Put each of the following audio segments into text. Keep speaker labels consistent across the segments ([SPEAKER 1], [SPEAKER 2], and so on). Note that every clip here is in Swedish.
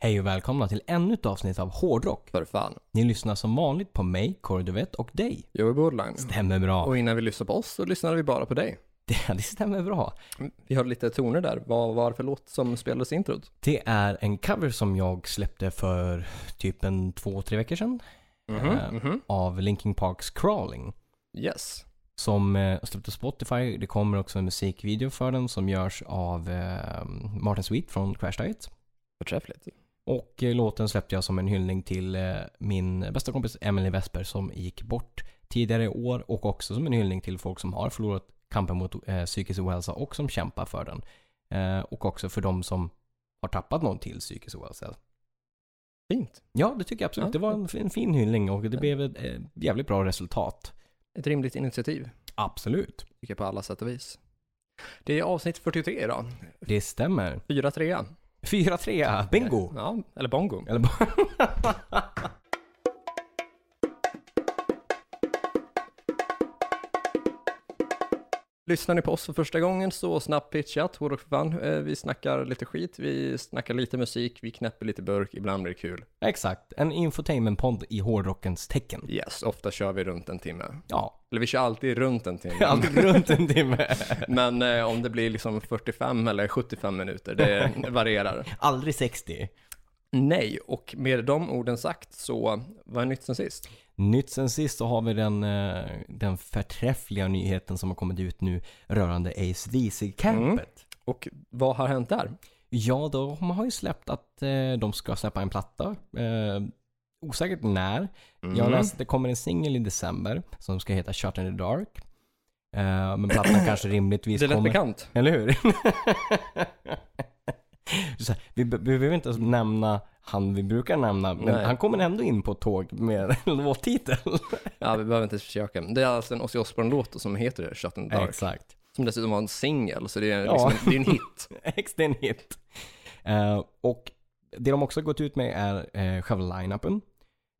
[SPEAKER 1] Hej och välkomna till ännu ett avsnitt av Hårdrock.
[SPEAKER 2] För fan.
[SPEAKER 1] Ni lyssnar som vanligt på mig, Kåre Duvett och dig.
[SPEAKER 2] Joey Bordline.
[SPEAKER 1] Stämmer bra.
[SPEAKER 2] Och innan vi lyssnade på oss så lyssnade vi bara på dig.
[SPEAKER 1] Det, det stämmer bra.
[SPEAKER 2] Vi hörde lite toner där. Vad var det för låt som spelades i introt?
[SPEAKER 1] Det är en cover som jag släppte för typ en två, tre veckor sedan.
[SPEAKER 2] Mhm,
[SPEAKER 1] Eh.
[SPEAKER 2] mhm.
[SPEAKER 1] Av Linkin Parks Crawling.
[SPEAKER 2] Yes.
[SPEAKER 1] Som eh, släppte Spotify. Det kommer också en musikvideo för den som görs av eh, Martin Sweet från Crash Diet.
[SPEAKER 2] Förträffligt.
[SPEAKER 1] Och eh, låten släppte jag som en hyllning till eh, min bästa kompis Emily Vesper som gick bort tidigare i år och också som en hyllning till folk som har förlorat kampen mot eh, psykisk ohälsa och som kämpar för den. Eh, och också för de som har tappat någon till psykisk ohälsa.
[SPEAKER 2] Fint.
[SPEAKER 1] Ja, det tycker jag absolut.
[SPEAKER 2] Ja.
[SPEAKER 1] Det var en, fin- fin hyllning och det
[SPEAKER 2] Ja.
[SPEAKER 1] blev ett eh, jävligt bra resultat.
[SPEAKER 2] Ett rimligt initiativ,
[SPEAKER 1] Absolut.
[SPEAKER 2] tycker jag på alla sätt och vis. Det är avsnitt 43 idag.
[SPEAKER 1] Det stämmer.
[SPEAKER 2] 4-3.
[SPEAKER 1] 4-3, bingo!
[SPEAKER 2] Ja, eller bongo.
[SPEAKER 1] Eller bara...
[SPEAKER 2] Lyssnar ni på oss för första gången så snabbt pitchat, hårdrock för fan. Eh, Vi snackar lite skit, vi snackar lite musik, vi knäpper lite burk, ibland blir det kul.
[SPEAKER 1] Exakt, en infotainmentpodd i hårdrockens tecken.
[SPEAKER 2] Yes, ofta kör vi runt en timme.
[SPEAKER 1] Ja,
[SPEAKER 2] Eller vi kör alltid runt en timme.
[SPEAKER 1] alltid runt en timme.
[SPEAKER 2] Men eh, om det blir liksom 45 eller 75 minuter, det varierar.
[SPEAKER 1] Aldrig 60.
[SPEAKER 2] Nej, och med de orden sagt så, vad är nytt sen sist?
[SPEAKER 1] Nytt sen sist så har vi den, eh, den förträffliga nyheten som har kommit ut nu rörande ACDC-campet.
[SPEAKER 2] Mm. Och vad har hänt där?
[SPEAKER 1] Ja, de har ju släppt att eh, de ska släppa en platta. Eh, osäkert när.
[SPEAKER 2] Mm.
[SPEAKER 1] Jag läste att det kommer en singel i december som ska heta Shut in the Dark. Eh, men plattan kanske rimligtvis
[SPEAKER 2] Det lät
[SPEAKER 1] kommer...
[SPEAKER 2] bekant.
[SPEAKER 1] Eller hur? Så här, vi, be- vi behöver inte ens nämna han vi brukar nämna, men
[SPEAKER 2] Nej.
[SPEAKER 1] han kommer ändå in på ett tåg med en låttitel.
[SPEAKER 2] Ja, vi behöver inte ens försöka. Det är alltså en Ozzy Osbourne-låt som heter Shut in the Dark,
[SPEAKER 1] Exakt.
[SPEAKER 2] som dessutom var en singel, så det är,
[SPEAKER 1] Ja.
[SPEAKER 2] liksom, det är en hit.
[SPEAKER 1] Ex, det är en hit. Eh, och det de också har gått ut med är uh, själva line-upen.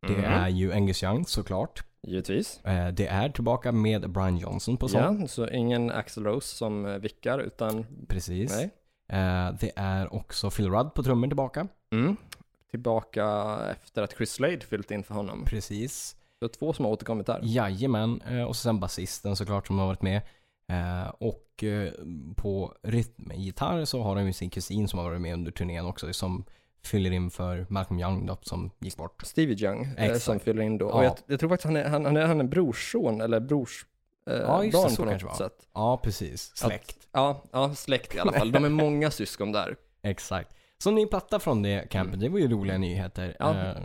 [SPEAKER 1] Det
[SPEAKER 2] Mhm.
[SPEAKER 1] är ju Angus Young såklart.
[SPEAKER 2] Givetvis.
[SPEAKER 1] Eh, det är tillbaka med Brian Johnson på sång.
[SPEAKER 2] Ja, så ingen Axl Rose som eh, vickar, utan
[SPEAKER 1] Precis.
[SPEAKER 2] nej.
[SPEAKER 1] Eh, det är också Phil Rudd på trummor tillbaka.
[SPEAKER 2] Mm. Tillbaka efter att Chris Slade fyllt in för honom.
[SPEAKER 1] Precis.
[SPEAKER 2] Så två som har återkommit där.
[SPEAKER 1] Jajamän, eh, och sen basisten såklart som har varit med. Eh, Och eh, på rytmgitarr så har de ju sin kusin som har varit med under turnén också som fyller in för Malcolm Young då, som gick bort.
[SPEAKER 2] Stevie Young eh,
[SPEAKER 1] Exakt.
[SPEAKER 2] som fyller in då.
[SPEAKER 1] Ja.
[SPEAKER 2] Och jag, jag tror faktiskt han är, han, han är, han är brorsson eller brors eh,
[SPEAKER 1] Ja, just det,
[SPEAKER 2] barn
[SPEAKER 1] så
[SPEAKER 2] på
[SPEAKER 1] kanske
[SPEAKER 2] något
[SPEAKER 1] det var.
[SPEAKER 2] sätt.
[SPEAKER 1] Ja, precis. Släkt.
[SPEAKER 2] Ja, ja, släkt i alla fall. De är många syskon där.
[SPEAKER 1] Exakt. Så ny platta från det campet, det var ju roliga nyheter.
[SPEAKER 2] Mm. Ja.
[SPEAKER 1] Eh,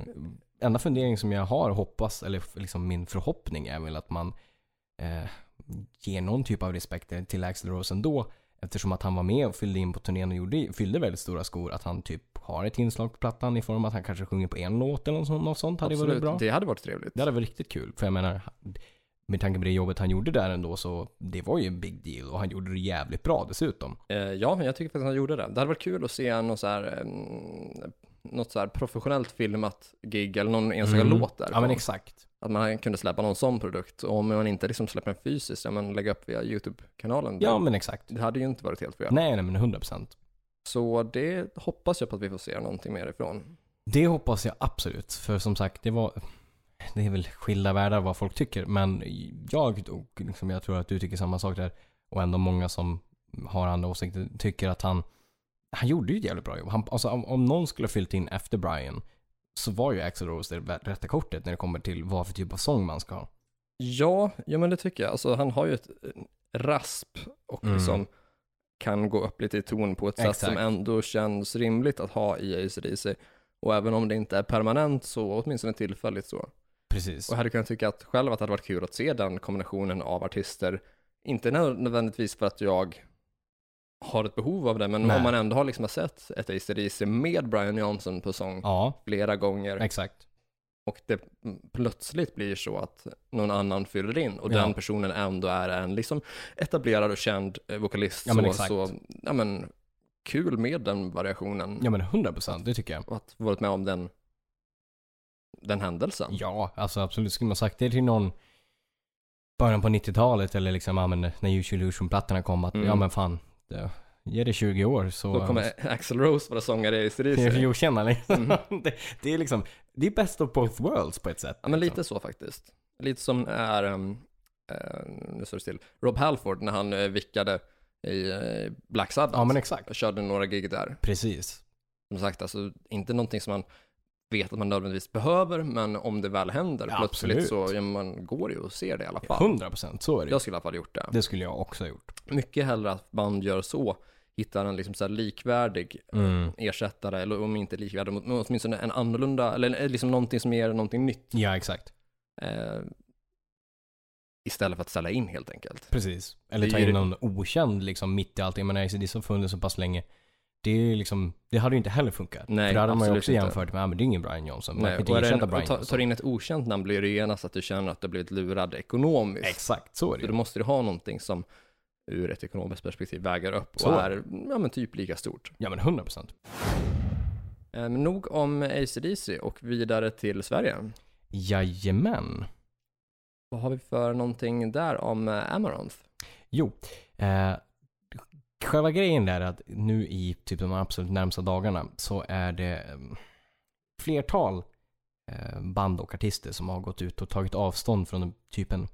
[SPEAKER 1] Enda fundering som jag har, hoppas, eller f- liksom min förhoppning är väl att man eh, ger någon typ av respekt till Axl Rose ändå. Eftersom att han var med och fyllde in på turnén och gjorde, fyllde väldigt stora skor. Att han typ har ett inslag på plattan i form av att han kanske sjunger på en låt eller något sånt. Något sånt hade ju varit
[SPEAKER 2] Absolut.
[SPEAKER 1] bra.
[SPEAKER 2] Det hade varit trevligt.
[SPEAKER 1] Det hade varit riktigt kul. För jag menar, med tanke på det jobbet han gjorde där ändå så det var ju en big deal och han gjorde det jävligt bra dessutom.
[SPEAKER 2] Eh, ja, jag tycker faktiskt han gjorde det. Det hade varit kul att se någon så här, mm, något så här professionellt filmat gig eller någon enstaka
[SPEAKER 1] Mm.
[SPEAKER 2] låt där.
[SPEAKER 1] Ja men exakt.
[SPEAKER 2] Att man kunde släppa någon sån produkt. Och om man inte liksom släpper den fysiskt, ja men lägga upp via YouTube-kanalen.
[SPEAKER 1] Ja men exakt.
[SPEAKER 2] Det hade ju inte varit helt fel.
[SPEAKER 1] Nej, nej men 100 procent.
[SPEAKER 2] Så det hoppas jag på att vi får se någonting mer ifrån.
[SPEAKER 1] Det hoppas jag absolut. För som sagt, det var... Det är väl skilda världar vad folk tycker. Men jag, och liksom, jag tror att du tycker samma sak där. Och ändå många som har andra åsikter tycker att han... Han gjorde ju ett jävligt bra jobb. Han, alltså, om, om någon skulle ha fyllt in efter Brian så var ju Axl Rose det vä- rätta kortet när det kommer till vad för typ av sång man ska ha.
[SPEAKER 2] Ja, ja men det tycker jag. Alltså han har ju ett eh, rasp och
[SPEAKER 1] Mm.
[SPEAKER 2] liksom kan gå upp lite i ton på ett sätt
[SPEAKER 1] Exakt.
[SPEAKER 2] som ändå känns rimligt att ha i ACDC. Och även om det inte är permanent så, åtminstone tillfälligt så. Och
[SPEAKER 1] Precis.
[SPEAKER 2] jag hade kunnat tycka att själv att det hade varit kul att se den kombinationen av artister. Inte nö- nödvändigtvis för att jag har ett behov av det, men
[SPEAKER 1] Nej.
[SPEAKER 2] om man ändå har liksom sett ett ACDC med Brian Johnson på sång
[SPEAKER 1] Ja,
[SPEAKER 2] flera gånger
[SPEAKER 1] exakt.
[SPEAKER 2] och det plötsligt blir så att någon annan fyller in och
[SPEAKER 1] Ja.
[SPEAKER 2] den personen ändå är en liksom etablerad och känd eh, vokalist.
[SPEAKER 1] Ja, men
[SPEAKER 2] så,
[SPEAKER 1] exakt.
[SPEAKER 2] så ja, men, kul med den variationen
[SPEAKER 1] Ja men 100 procent, det tycker jag.
[SPEAKER 2] och att varit med om den, den händelsen.
[SPEAKER 1] Ja, alltså absolut. Skulle man sagt det till någon början på 90-talet eller liksom, ja, men när Usual Illusion-plattorna kom att
[SPEAKER 2] Mm.
[SPEAKER 1] ja men fan, det, Ge det 20 år så...
[SPEAKER 2] Då kommer Axel Rose vara sångare i
[SPEAKER 1] det är
[SPEAKER 2] ACDC.
[SPEAKER 1] ju okända liksom.
[SPEAKER 2] Mm.
[SPEAKER 1] det, det är liksom, det är best of both worlds på ett sätt.
[SPEAKER 2] Ja, men
[SPEAKER 1] liksom.
[SPEAKER 2] lite så faktiskt. Lite som är, ehm, eh, nu står det still, Rob Halford när han eh, vickade i eh, Black Sabbath.
[SPEAKER 1] Ja men exakt.
[SPEAKER 2] Jag körde några gig där.
[SPEAKER 1] Precis.
[SPEAKER 2] Som sagt, alltså inte någonting som man vet att man nödvändigtvis behöver, men om det väl händer
[SPEAKER 1] Ja,
[SPEAKER 2] plötsligt
[SPEAKER 1] absolut.
[SPEAKER 2] så ja, man går ju och ser det i alla fall.
[SPEAKER 1] 100% så är det ju.
[SPEAKER 2] Jag skulle i alla fall gjort det.
[SPEAKER 1] Det skulle jag också ha gjort.
[SPEAKER 2] Mycket hellre att band gör så, hittar en liksom så här likvärdig
[SPEAKER 1] Mm.
[SPEAKER 2] ersättare, eller om inte likvärdig, men åtminstone en annorlunda, eller liksom någonting som ger någonting nytt.
[SPEAKER 1] Ja exakt.
[SPEAKER 2] Eh, istället för att ställa in helt enkelt.
[SPEAKER 1] Precis. Eller
[SPEAKER 2] Det
[SPEAKER 1] ta
[SPEAKER 2] är ju
[SPEAKER 1] in
[SPEAKER 2] det-
[SPEAKER 1] någon okänd liksom mitt i allting. Men ACDC har funnits så pass länge. Det, är ju liksom, det hade ju inte heller funkat.
[SPEAKER 2] Nej,
[SPEAKER 1] För då hade man ju
[SPEAKER 2] absolut
[SPEAKER 1] också
[SPEAKER 2] inte.
[SPEAKER 1] jämfört med, ah, men det är ingen Brian Johnson. Man kan
[SPEAKER 2] Nej,
[SPEAKER 1] inte
[SPEAKER 2] Eh, och är det en,
[SPEAKER 1] ersätta Brian alltså.
[SPEAKER 2] och ta-
[SPEAKER 1] Johnson.
[SPEAKER 2] tar in ett okänt namn blir det genast att du känner att du har blivit lurad ekonomiskt.
[SPEAKER 1] Exakt, så är det
[SPEAKER 2] Så
[SPEAKER 1] ju.
[SPEAKER 2] då måste du ha någonting som ur ett ekonomiskt perspektiv väger upp och
[SPEAKER 1] Så.
[SPEAKER 2] är ja, men typ lika stort.
[SPEAKER 1] Ja men 100%.
[SPEAKER 2] Eh, Men nog om ACDC och vidare till Sverige.
[SPEAKER 1] Jajamän.
[SPEAKER 2] Vad har vi för någonting där om eh, Amaranth?
[SPEAKER 1] Jo, eh, själva grejen där är att nu i typ de absolut närmsta dagarna så är det eh, flertal eh, band och artister som har gått ut och tagit avstånd från den typen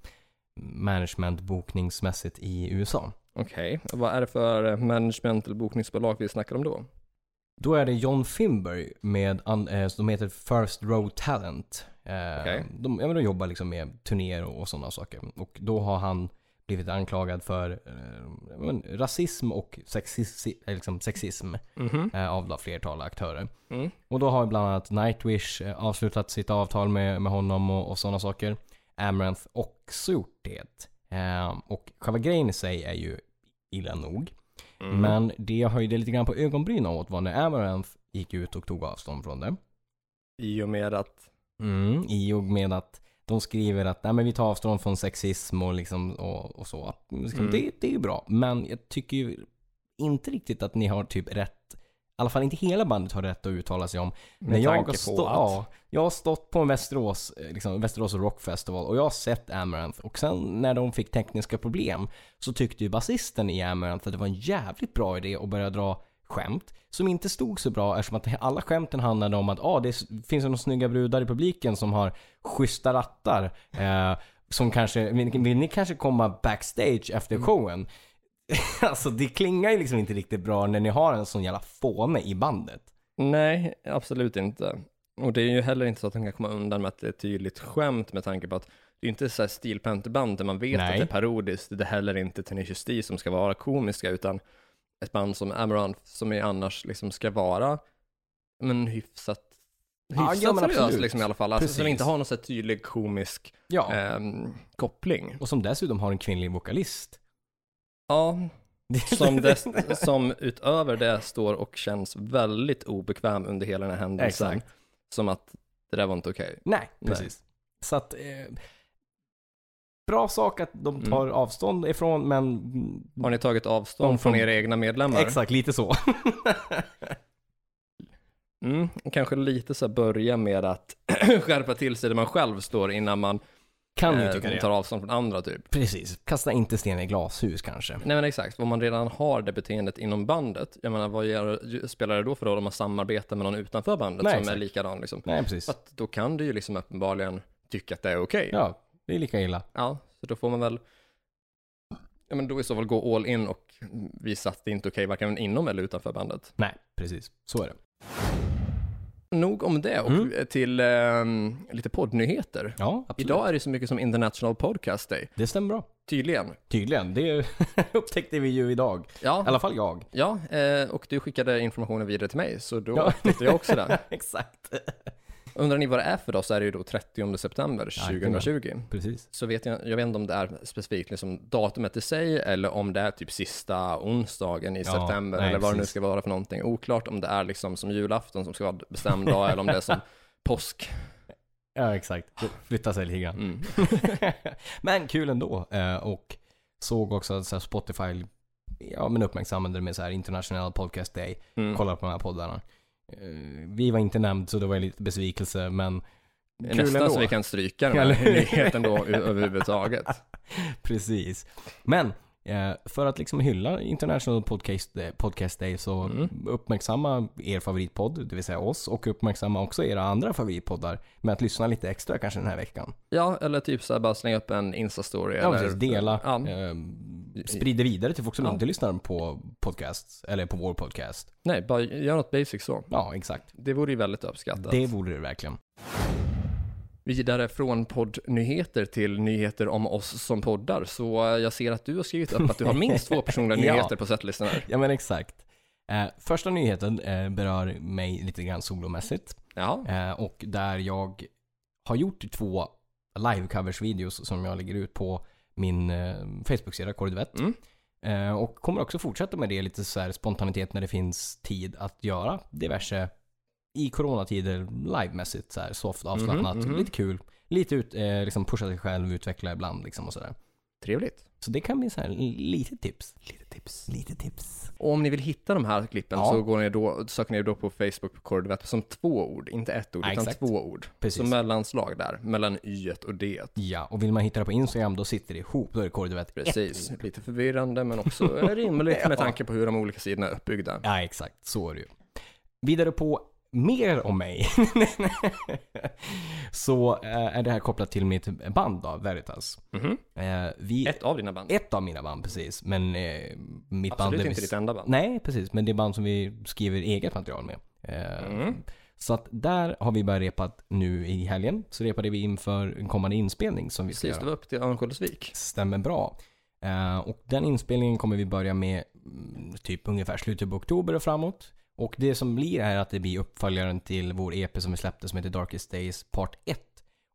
[SPEAKER 1] management bokningsmässigt i USA.
[SPEAKER 2] Okej, och vad är det för management eller bokningsbolag vi snackar om då?
[SPEAKER 1] Då är det John Finberg med, an- eh, som heter First Row Talent. Eh,
[SPEAKER 2] Okej.
[SPEAKER 1] de, ja, men de jobbar liksom med turnéer och, och sådana saker. Och då har han blivit anklagad för eh, ja, men, rasism och sexism, liksom sexism
[SPEAKER 2] Mhm.
[SPEAKER 1] eh, av då flertal aktörer.
[SPEAKER 2] Mm.
[SPEAKER 1] Och då har bland annat Nightwish eh, avslutat sitt avtal med, med honom och, och sådana saker. Amaranth också gjort det. Eh, och själva grejen i sig är ju illa nog.
[SPEAKER 2] Mm.
[SPEAKER 1] Men det jag höjde lite grann på ögonbrynen åt var när Amaranth gick ut och tog avstånd från det.
[SPEAKER 2] I och med att,
[SPEAKER 1] Mm, I och med att de skriver att Nej, men vi tar avstånd från sexism och, liksom, och, och så. Att, liksom,
[SPEAKER 2] Mm.
[SPEAKER 1] Det, det är ju bra, men jag tycker ju inte riktigt att ni har typ rätt, i alla fall inte hela bandet har rätt att uttala sig om
[SPEAKER 2] med
[SPEAKER 1] när jag
[SPEAKER 2] tanke
[SPEAKER 1] har
[SPEAKER 2] på
[SPEAKER 1] stå-
[SPEAKER 2] att...
[SPEAKER 1] Ja, jag har stått på en Västerås, eh, liksom, Västerås Rock Festival och jag har sett Amaranth. Och sen när de fick tekniska problem så tyckte ju basisten i Amaranth att det var en jävligt bra idé att börja dra skämt som inte stod så bra eftersom att alla skämten handlade om att ah, det s- finns några snygga brudar i publiken som har schyssta rattar. Eh, som kanske, vill, vill ni kanske komma backstage efter
[SPEAKER 2] Mm.
[SPEAKER 1] showen? alltså det klingar ju liksom inte riktigt bra när ni har en sån jävla fåne i bandet.
[SPEAKER 2] Nej, absolut inte. Och det är ju heller inte så att han kan komma undan med att det är ett tydligt skämt med tanke på att det är inte så här stilpanteband där man vet
[SPEAKER 1] Nej.
[SPEAKER 2] att det är parodiskt. Det är heller inte Tenacious D som ska vara komiska utan ett band som Amaranth som är annars liksom ska vara men hyfsat,
[SPEAKER 1] Ja,
[SPEAKER 2] hyfsat
[SPEAKER 1] ja, men
[SPEAKER 2] seriös
[SPEAKER 1] absolut.
[SPEAKER 2] liksom i alla fall. Alltså, som
[SPEAKER 1] Precis.
[SPEAKER 2] inte har någon så här tydlig komisk
[SPEAKER 1] Ja.
[SPEAKER 2] ehm, koppling.
[SPEAKER 1] Och som dessutom har en kvinnlig vokalist.
[SPEAKER 2] Ja, som, dess, som utöver det står och känns väldigt obekväm under hela den här händelsen.
[SPEAKER 1] Exakt.
[SPEAKER 2] Som att det där var inte okej.
[SPEAKER 1] Nej,
[SPEAKER 2] Nej.
[SPEAKER 1] precis. Så att... Eh, bra sak att de
[SPEAKER 2] Mm.
[SPEAKER 1] tar avstånd ifrån, men...
[SPEAKER 2] Har ni tagit
[SPEAKER 1] De
[SPEAKER 2] avstånd
[SPEAKER 1] Mm. från-
[SPEAKER 2] från era egna medlemmar?
[SPEAKER 1] Exakt, lite så.
[SPEAKER 2] Mm, kanske lite så här börja med att skärpa till sig där man själv står innan man
[SPEAKER 1] kan du
[SPEAKER 2] eh,
[SPEAKER 1] tycka det.
[SPEAKER 2] tar avstånd från andra typ.
[SPEAKER 1] Precis. Kasta inte sten i glashus kanske.
[SPEAKER 2] Nej men exakt, om man redan har det beteendet inom bandet, jag menar vad gör, spelar det då för roll om man samarbetar med någon utanför bandet
[SPEAKER 1] Nej,
[SPEAKER 2] som
[SPEAKER 1] exakt.
[SPEAKER 2] är likadan liksom?
[SPEAKER 1] Nej, precis.
[SPEAKER 2] Att då kan du ju liksom uppenbarligen tycka att det är okej.
[SPEAKER 1] Ja, det är lika illa.
[SPEAKER 2] Ja, så då får man väl Ja men då i så fall gå all in och visa att det inte är okej varken inom eller utanför bandet.
[SPEAKER 1] Nej, precis. Så är det.
[SPEAKER 2] Nog om det och
[SPEAKER 1] Mm.
[SPEAKER 2] till ehm, lite poddnyheter.
[SPEAKER 1] Ja, absolut.
[SPEAKER 2] Idag är det så mycket som International Podcast Day,
[SPEAKER 1] Det stämmer bra.
[SPEAKER 2] tydligen.
[SPEAKER 1] Tydligen. Det upptäckte vi ju idag. I
[SPEAKER 2] Ja,
[SPEAKER 1] alla fall jag.
[SPEAKER 2] ja eh, och du skickade informationen vidare till mig, så då
[SPEAKER 1] Ja.
[SPEAKER 2] upptäckte jag också det.
[SPEAKER 1] Exakt.
[SPEAKER 2] Undrar ni vad det är för dag så är det ju då 30 september
[SPEAKER 1] Jajamän.
[SPEAKER 2] 2020.
[SPEAKER 1] Precis.
[SPEAKER 2] Så vet jag, jag vet inte om det är specifikt liksom datumet i sig eller om det är typ sista onsdagen i
[SPEAKER 1] Ja,
[SPEAKER 2] september
[SPEAKER 1] nej,
[SPEAKER 2] eller vad det nu
[SPEAKER 1] precis.
[SPEAKER 2] ska vara för någonting. Oklart om det är liksom som julafton som ska vara bestämd dag eller om det är som påsk.
[SPEAKER 1] Ja, exakt. Det flyttar sig lite grann.
[SPEAKER 2] Mm.
[SPEAKER 1] men kul ändå. Eh, och såg också att så här, Spotify ja, men uppmärksammade det med så här international podcast day.
[SPEAKER 2] Mm.
[SPEAKER 1] Kollade på de här poddarna. Eh, vi var inte nämnd så det var lite besvikelse men
[SPEAKER 2] Det är
[SPEAKER 1] kul
[SPEAKER 2] Nästan
[SPEAKER 1] ändå.
[SPEAKER 2] så vi kan stryka den här
[SPEAKER 1] Eller hur?
[SPEAKER 2] nyheten då ö- överhuvudtaget.
[SPEAKER 1] Precis. Men Eh, för att liksom hylla International Podcast, eh, Podcast Day så
[SPEAKER 2] Mm.
[SPEAKER 1] uppmärksamma er favoritpodd, det vill säga oss, och uppmärksamma också era andra favoritpoddar med att lyssna lite extra kanske den här veckan.
[SPEAKER 2] Ja, eller typ så här bara slänga upp en Insta-story.
[SPEAKER 1] Ja,
[SPEAKER 2] eller,
[SPEAKER 1] precis. Dela,
[SPEAKER 2] Ja.
[SPEAKER 1] eh, sprida vidare till folk som
[SPEAKER 2] Ja.
[SPEAKER 1] inte lyssnar på podcasts, eller på vår podcast.
[SPEAKER 2] Nej, bara gör något basic så.
[SPEAKER 1] Ja, exakt.
[SPEAKER 2] Det vore ju väldigt uppskattat.
[SPEAKER 1] Det vore det verkligen.
[SPEAKER 2] Vidare från poddnyheter till nyheter om oss som poddar. Så eh, jag ser att du har skrivit upp att du har minst två personliga
[SPEAKER 1] Ja.
[SPEAKER 2] nyheter på setlistan här.
[SPEAKER 1] Ja, men exakt. Eh, första nyheten eh, berör mig lite grann solomässigt.
[SPEAKER 2] Ja,
[SPEAKER 1] Eh, och där jag har gjort två live-covers-videos som jag lägger ut på min eh, Facebook-sida Korridvett.
[SPEAKER 2] Mm.
[SPEAKER 1] Eh, och kommer också fortsätta med det lite så här spontanitet när det finns tid att göra diverse i coronatider livemässigt så här soft, avslappnat,
[SPEAKER 2] Mhm, mhm.
[SPEAKER 1] lite kul. Lite ut, eh, liksom pusha sig själv, utveckla ibland liksom och sådär.
[SPEAKER 2] trevligt.
[SPEAKER 1] Så det kan bli så här lite tips. Lite tips. Lite tips.
[SPEAKER 2] Och om ni vill hitta de här klippen
[SPEAKER 1] Ja.
[SPEAKER 2] så går ni då, söker ni då på Facebook på Kordvet som två ord, inte ett ord,
[SPEAKER 1] Ja,
[SPEAKER 2] utan
[SPEAKER 1] exakt.
[SPEAKER 2] två ord.
[SPEAKER 1] Precis.
[SPEAKER 2] Så mellanslag där, mellan y och d.
[SPEAKER 1] Ja, och vill man hitta det på Instagram då sitter det ihop, då är det Korridvett ett
[SPEAKER 2] Precis, lite förvirrande men också rimligt
[SPEAKER 1] Ja.
[SPEAKER 2] med tanke på hur de olika sidorna är uppbyggda.
[SPEAKER 1] Ja, exakt. Så är det ju. Vidare på mer om mig. så eh, är det här kopplat till mitt band då, Veritas.
[SPEAKER 2] Mhm.
[SPEAKER 1] Eh, vi, ett.
[SPEAKER 2] Ett av dina band.
[SPEAKER 1] av mina band precis, men eh, mitt band...
[SPEAKER 2] Absolut
[SPEAKER 1] där
[SPEAKER 2] inte
[SPEAKER 1] vi,
[SPEAKER 2] ditt enda band.
[SPEAKER 1] Nej, precis. Men det är band som vi skriver eget material med. Eh,
[SPEAKER 2] Mm.
[SPEAKER 1] Så att där har vi börjat repat nu i helgen. Så repade vi inför en kommande inspelning som vi ska
[SPEAKER 2] Precis,
[SPEAKER 1] göra
[SPEAKER 2] det var upp till Örnsköldsvik.
[SPEAKER 1] stämmer bra. Eh, och den inspelningen kommer vi börja med mm, typ ungefär slutet på oktober och framåt. Och det som blir är att det blir uppföljaren till vår EP som vi släppte som heter Darkest Days Part 1.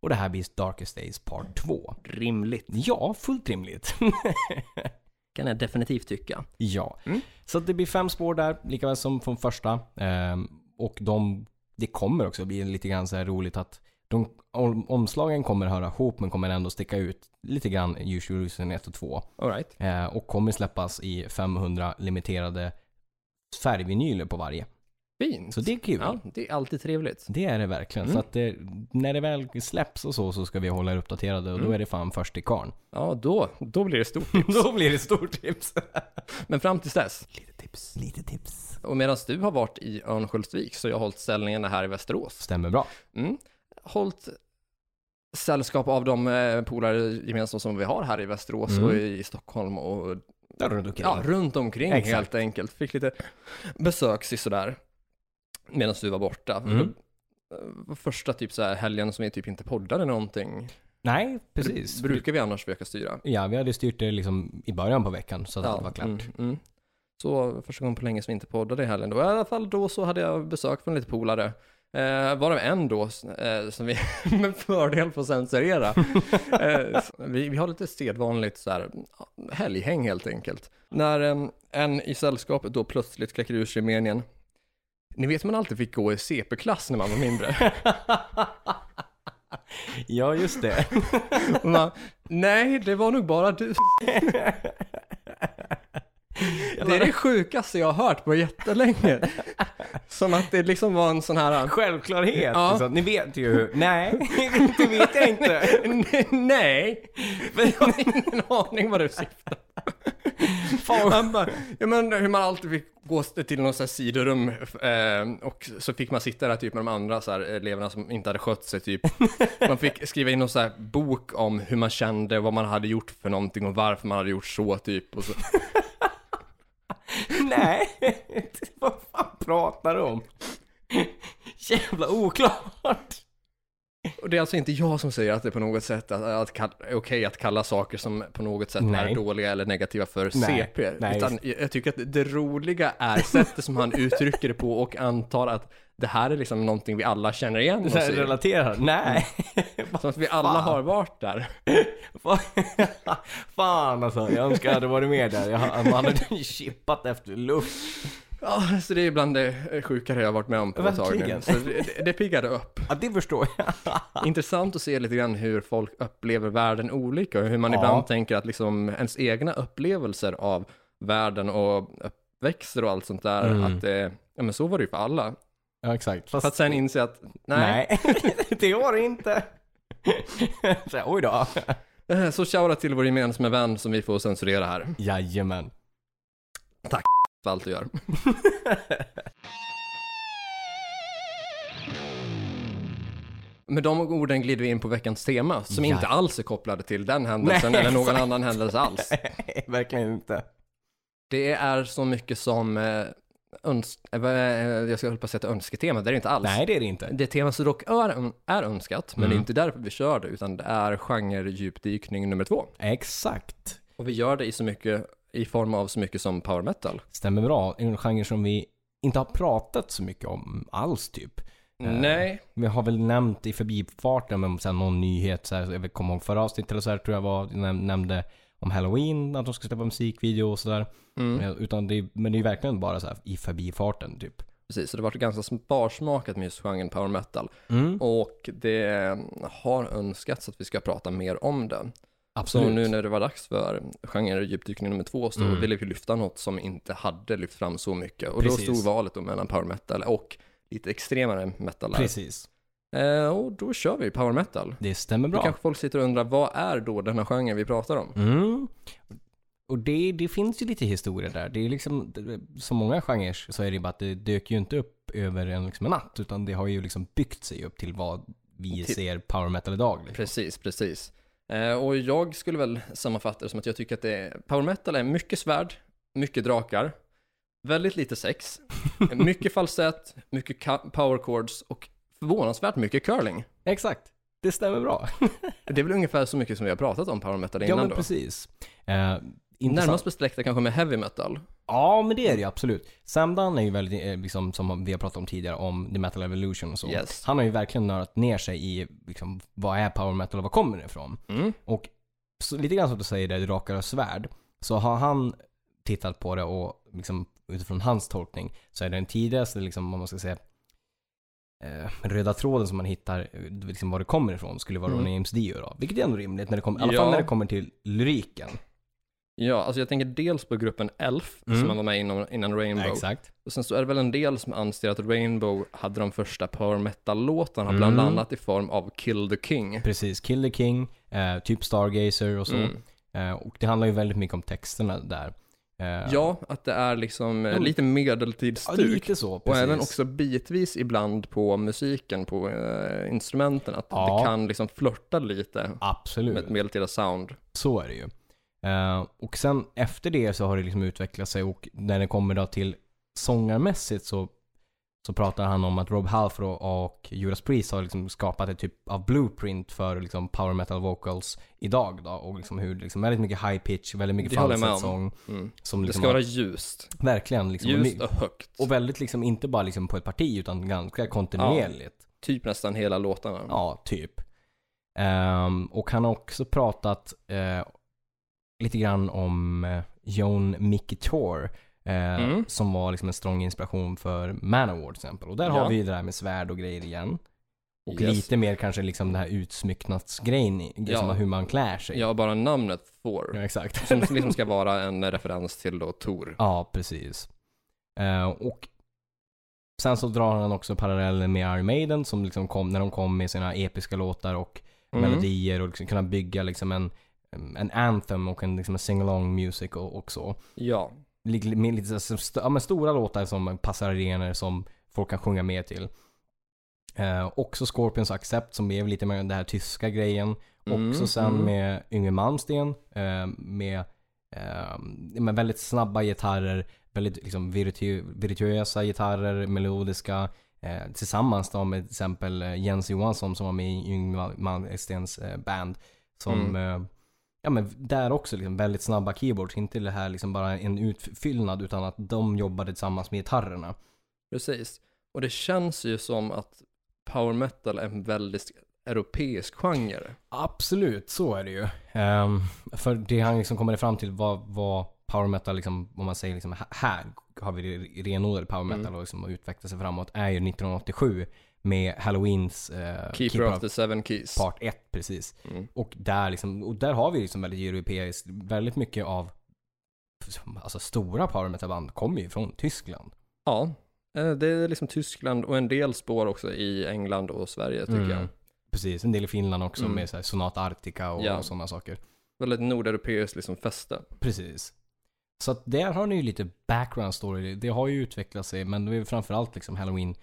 [SPEAKER 1] Och det här blir Darkest Days Part 2.
[SPEAKER 2] Rimligt,
[SPEAKER 1] Ja, fullt rimligt.
[SPEAKER 2] kan jag definitivt tycka.
[SPEAKER 1] ja.
[SPEAKER 2] Mm.
[SPEAKER 1] Så att det blir fem spår där, likaväl som från första. Ehm, och de, det kommer också bli lite grann så här roligt att de, om, omslagen kommer höra ihop men kommer ändå sticka ut lite grann, Usual Reason 1 och 2.
[SPEAKER 2] All right.
[SPEAKER 1] Eh, och kommer släppas i 500 limiterade färgvinyler på varje.
[SPEAKER 2] Fint.
[SPEAKER 1] Så det är kul.
[SPEAKER 2] Ja, det är alltid trevligt.
[SPEAKER 1] Det är det verkligen.
[SPEAKER 2] Mm.
[SPEAKER 1] Så att det, när det väl släpps och så, så ska vi hålla er uppdaterade och då
[SPEAKER 2] Mm.
[SPEAKER 1] är det fan först i karn.
[SPEAKER 2] Ja, då, då blir det stort.
[SPEAKER 1] då blir det stort tips.
[SPEAKER 2] Men fram tills dess,
[SPEAKER 1] Lite tips. Lite tips.
[SPEAKER 2] och medan du har varit i Örnsköldsvik så har jag har hållit ställningarna här i Västerås.
[SPEAKER 1] Stämmer bra.
[SPEAKER 2] Mm. Hållit sällskap av de eh, polare gemensamt som vi har här i Västerås
[SPEAKER 1] Mm.
[SPEAKER 2] och i Stockholm och ja,
[SPEAKER 1] Ja,
[SPEAKER 2] runt omkring
[SPEAKER 1] Exakt.
[SPEAKER 2] helt enkelt. Fick lite besök sådär medan du var borta.
[SPEAKER 1] Mm.
[SPEAKER 2] Då, eh, Första typ så här helgen som vi typ inte poddade någonting.
[SPEAKER 1] Nej, precis.
[SPEAKER 2] Bru- Brukar vi annars försöka styra.
[SPEAKER 1] Ja, vi hade styrt det liksom i början på veckan så att
[SPEAKER 2] Ja,
[SPEAKER 1] allt var klart.
[SPEAKER 2] mm, mm. Så första gången på länge som vi inte poddade i helgen. Då, I alla fall då så hade jag besök från lite polare. Eh, varav en då eh, som vi med fördel får censurera. eh, vi, vi har lite sedvanligt så här, ja, helghäng helt enkelt. När eh, en i sällskapet då plötsligt kläcker ur sig meningen. Ni vet man alltid fick gå i CP-klass när man var mindre.
[SPEAKER 1] ja, just det.
[SPEAKER 2] Och man, Nej, det var nog bara du. Det är det sjukaste jag har hört på jättelänge. Som att det liksom var en sån här...
[SPEAKER 1] Självklarhet.
[SPEAKER 2] Ja.
[SPEAKER 1] liksom. Ni vet ju. Nej, det vet jag inte.
[SPEAKER 2] Nej, men jag har ingen aning vad du syftar på.
[SPEAKER 1] Fan.
[SPEAKER 2] Man bara, ja, men hur man alltid fick gå till något så här sidorum eh, och så fick man sitta där typ med de andra så här, eleverna som inte hade skött sig typ. Man fick skriva in någon så här bok om hur man kände, vad man hade gjort för någonting och varför man hade gjort så typ. Och så.
[SPEAKER 1] Nej, vad fan pratar du om? Jävla oklart.
[SPEAKER 2] Och det är alltså inte jag som säger att det på något sätt att, att, kall- är okej att kalla saker som på något sätt
[SPEAKER 1] Nej.
[SPEAKER 2] är dåliga eller negativa för
[SPEAKER 1] Nej.
[SPEAKER 2] CP.
[SPEAKER 1] Nej,
[SPEAKER 2] utan jag, jag tycker att det roliga är sättet som han uttrycker det på och antar att det här är liksom någonting vi alla känner igen oss i.
[SPEAKER 1] Relaterar? Nej.
[SPEAKER 2] Som att vi alla
[SPEAKER 1] Fan.
[SPEAKER 2] har varit där.
[SPEAKER 1] Vad- fan alltså, jag önskar jag hade varit med där. Jag, man hade chippat efter luft.
[SPEAKER 2] Ja, så det är bland det sjukare jag har varit med om på ett tag nu.
[SPEAKER 1] Verkligen.
[SPEAKER 2] Så det, det- det piggade upp.
[SPEAKER 1] Ja, det förstår jag.
[SPEAKER 2] Intressant att se lite grann hur folk upplever världen olika och hur man
[SPEAKER 1] Ja.
[SPEAKER 2] ibland tänker att liksom ens egna upplevelser av världen och uppväxter och allt sånt där,
[SPEAKER 1] Mm.
[SPEAKER 2] att eh, ja men så var det ju för alla.
[SPEAKER 1] Ja, exakt.
[SPEAKER 2] För att sen inse att nej,
[SPEAKER 1] nej. det var det inte. Så, här, oj då.
[SPEAKER 2] Eh, Så shoutout till vår gemensamma vän som vi får censurera här.
[SPEAKER 1] Jajamän.
[SPEAKER 2] För allt du gör. Med de orden glider vi in på veckans tema som
[SPEAKER 1] Ja.
[SPEAKER 2] inte alls är kopplade till den händelsen
[SPEAKER 1] Nej,
[SPEAKER 2] eller någon
[SPEAKER 1] exakt.
[SPEAKER 2] annan händelse alls.
[SPEAKER 1] Nej, verkligen inte.
[SPEAKER 2] Det är så mycket som eh, öns- eh, vad- eh, jag ska hålla på att säga ett önsketema, det är det inte alls.
[SPEAKER 1] Nej, det är det inte.
[SPEAKER 2] Det tema som dock är, är önskat, men
[SPEAKER 1] Mm.
[SPEAKER 2] det är inte därför vi kör det, utan det är genre-djupdykning nummer två.
[SPEAKER 1] Exakt.
[SPEAKER 2] Och vi gör det i så mycket, i form av så mycket som power metal.
[SPEAKER 1] Stämmer bra. En genre som vi inte har pratat så mycket om alls typ. Eh.
[SPEAKER 2] Nej,
[SPEAKER 1] Vi har väl nämnt i förbifarten om så här någon nyhet, så här, jag vet- kommer ihåg förra avsnittet eller så här tror jag var, näm- nämnde om halloween, att de ska släppa musikvideo och sådär.
[SPEAKER 2] mm.
[SPEAKER 1] Men- Utan det, är- men det är ju verkligen bara så här i förbifarten typ.
[SPEAKER 2] precis. Så det har varit ganska sparsmakat med just genren power metal.
[SPEAKER 1] Mm,
[SPEAKER 2] Och det eh, har önskats att vi ska prata mer om det. Så
[SPEAKER 1] absolut.
[SPEAKER 2] nu när det var dags för genre-djupdykning nummer två så
[SPEAKER 1] Mm.
[SPEAKER 2] ville vi lyfta något som inte hade lyft fram så mycket. Och
[SPEAKER 1] Precis.
[SPEAKER 2] då stod valet då mellan power metal och lite extremare metal. där.
[SPEAKER 1] Precis.
[SPEAKER 2] Eh, och då kör vi power metal.
[SPEAKER 1] Det stämmer
[SPEAKER 2] Då
[SPEAKER 1] bra.
[SPEAKER 2] kanske folk sitter och undrar, vad är då denna genre vi pratar om?
[SPEAKER 1] Mm. Och det, det finns ju lite historia där. Det är liksom, som många genrer så är det bara att det dök ju inte upp över en, liksom en natt, utan det har ju liksom byggt sig upp till vad vi
[SPEAKER 2] Till-
[SPEAKER 1] ser power metal idag. Liksom.
[SPEAKER 2] Precis, precis. Eh, och jag skulle väl sammanfatta det som att jag tycker att det är, power metal är mycket svärd, mycket drakar, väldigt lite sex, mycket falsett, mycket ka- power chords och förvånansvärt mycket curling.
[SPEAKER 1] Exakt. Det stämmer bra.
[SPEAKER 2] Det är väl ungefär så mycket som vi har pratat om power metal
[SPEAKER 1] Ja
[SPEAKER 2] innan
[SPEAKER 1] men
[SPEAKER 2] då.
[SPEAKER 1] precis. Eh, intressant.
[SPEAKER 2] Närmast besläktad kanske med heavy metal.
[SPEAKER 1] Ja men det är det ju absolut. Samdan är ju väldigt, eh, liksom, som vi har pratat om tidigare, om The Metal Evolution och så.
[SPEAKER 2] Yes.
[SPEAKER 1] Han har ju verkligen nördat ner sig i liksom, vad är power metal och var kommer det ifrån?
[SPEAKER 2] Mm.
[SPEAKER 1] Och så, lite grann som du säger där, drakar och svärd. Så har han tittat på det och liksom, utifrån hans tolkning så är den tidigaste, liksom, om man ska säga, eh, röda tråden som man hittar, eh, liksom, var det kommer ifrån, skulle vara
[SPEAKER 2] Mm.
[SPEAKER 1] Ronny James Dio då. Vilket är ändå rimligt, när det kommer, i alla
[SPEAKER 2] Ja.
[SPEAKER 1] fall när det kommer till lyriken.
[SPEAKER 2] Ja, alltså jag tänker dels på gruppen Elf
[SPEAKER 1] Mm.
[SPEAKER 2] som man var med inom, innan Rainbow.
[SPEAKER 1] Exakt.
[SPEAKER 2] Och sen så är det väl en del som anser att Rainbow hade de första power metal-låtarna,
[SPEAKER 1] Mm.
[SPEAKER 2] bland annat i form av Kill the King.
[SPEAKER 1] Precis, Kill the King, eh, typ Stargazer och så.
[SPEAKER 2] Mm.
[SPEAKER 1] Eh, och det handlar ju väldigt mycket om texterna där. Eh,
[SPEAKER 2] Ja, att det är liksom eh,
[SPEAKER 1] Mm.
[SPEAKER 2] lite
[SPEAKER 1] ja,
[SPEAKER 2] medeltidsstuk.
[SPEAKER 1] lite så.
[SPEAKER 2] och
[SPEAKER 1] Precis.
[SPEAKER 2] även också bitvis ibland på musiken, på eh, instrumenten, att
[SPEAKER 1] Ja.
[SPEAKER 2] det kan liksom flörta lite
[SPEAKER 1] Absolut.
[SPEAKER 2] med ett medeltida sound.
[SPEAKER 1] Så är det ju. Eh, och sen efter det så har det liksom utvecklat sig och när det kommer då till sångarmässigt så, så pratar han om att Rob Halford och, och Judas Priest har liksom skapat ett typ av blueprint för liksom power metal vocals idag då och liksom hur det liksom är väldigt mycket high pitch, väldigt mycket
[SPEAKER 2] Det håller jag med om.
[SPEAKER 1] falsett sång
[SPEAKER 2] Mm.
[SPEAKER 1] som
[SPEAKER 2] Det
[SPEAKER 1] liksom
[SPEAKER 2] ska vara ljust,
[SPEAKER 1] har- verkligen liksom
[SPEAKER 2] ljust och högt.
[SPEAKER 1] och väldigt liksom inte bara liksom på ett parti utan ganska kontinuerligt.
[SPEAKER 2] typ nästan hela låtarna.
[SPEAKER 1] Ja, typ. Ehm, och han har också pratat eh, lite grann om eh, Jon Mickey Tor. Eh,
[SPEAKER 2] Mm.
[SPEAKER 1] Som var liksom en strong inspiration för Manowar till exempel. Och där
[SPEAKER 2] Ja.
[SPEAKER 1] har vi ju det där med svärd och grejer igen. Och
[SPEAKER 2] Yes.
[SPEAKER 1] lite mer kanske liksom den här utsmycknadsgrejen, i- liksom
[SPEAKER 2] Ja.
[SPEAKER 1] här hur man klär sig.
[SPEAKER 2] Ja, bara namnet Thor,
[SPEAKER 1] Ja, exakt.
[SPEAKER 2] som liksom ska vara en referens till då Tor.
[SPEAKER 1] ja, precis. Eh, och sen så drar han också paralleller med Iron Maiden som liksom kom, när de kom med sina episka låtar och
[SPEAKER 2] Mm.
[SPEAKER 1] melodier och liksom kunna bygga liksom en, en anthem och en, liksom en sing-along music och, och så.
[SPEAKER 2] Ja,
[SPEAKER 1] Lite- Med lite så- så, st- ja, men stora låtar som passar arenor som folk kan sjunga med till. Eh, också Scorpions Accept som är lite med den här tyska grejen.
[SPEAKER 2] Mm,
[SPEAKER 1] Också sen
[SPEAKER 2] mm.
[SPEAKER 1] med Yngwie Malmsteen eh, med, eh, med väldigt snabba gitarrer, väldigt liksom, virtu- virtuösa gitarrer, melodiska. Eh, tillsammans då med till exempel eh, Jens Johansson som var med i Yngwie Mal- Malmsteens eh, band. Som, eh, ja men där också liksom väldigt snabba keyboards. Inte det här liksom bara en utfyllnad utan att de jobbade tillsammans med gitarrerna.
[SPEAKER 2] precis. Och det känns ju som att power metal är en väldigt europeisk genre.
[SPEAKER 1] Absolut, så är det ju. Ehm, för det han liksom kommer fram till var, var power metal, liksom, om man säger liksom, "Här- här har vi det renodlade power metal
[SPEAKER 2] Mm.
[SPEAKER 1] och liksom utvecklar sig framåt, är ju 1987 med Halloweens eh,
[SPEAKER 2] Keeper,
[SPEAKER 1] Keeper
[SPEAKER 2] of the Seven Keys.
[SPEAKER 1] Part 1 precis.
[SPEAKER 2] Mm.
[SPEAKER 1] Och där, liksom, och där har vi liksom väldigt europeiskt, väldigt mycket av alltså, stora power metal-band kommer ju från Tyskland.
[SPEAKER 2] Ja, eh, det är liksom Tyskland och en del spår också i England och Sverige tycker
[SPEAKER 1] Mm.
[SPEAKER 2] jag.
[SPEAKER 1] Precis, en del i Finland också
[SPEAKER 2] Mm.
[SPEAKER 1] med så här Sonat Arctica och,
[SPEAKER 2] Ja.
[SPEAKER 1] och sådana saker.
[SPEAKER 2] Väldigt nordeuropeiskt liksom fäste.
[SPEAKER 1] Precis. Så att där har ni ju lite background story. Det har ju utvecklat sig men det är ju framförallt liksom Halloween,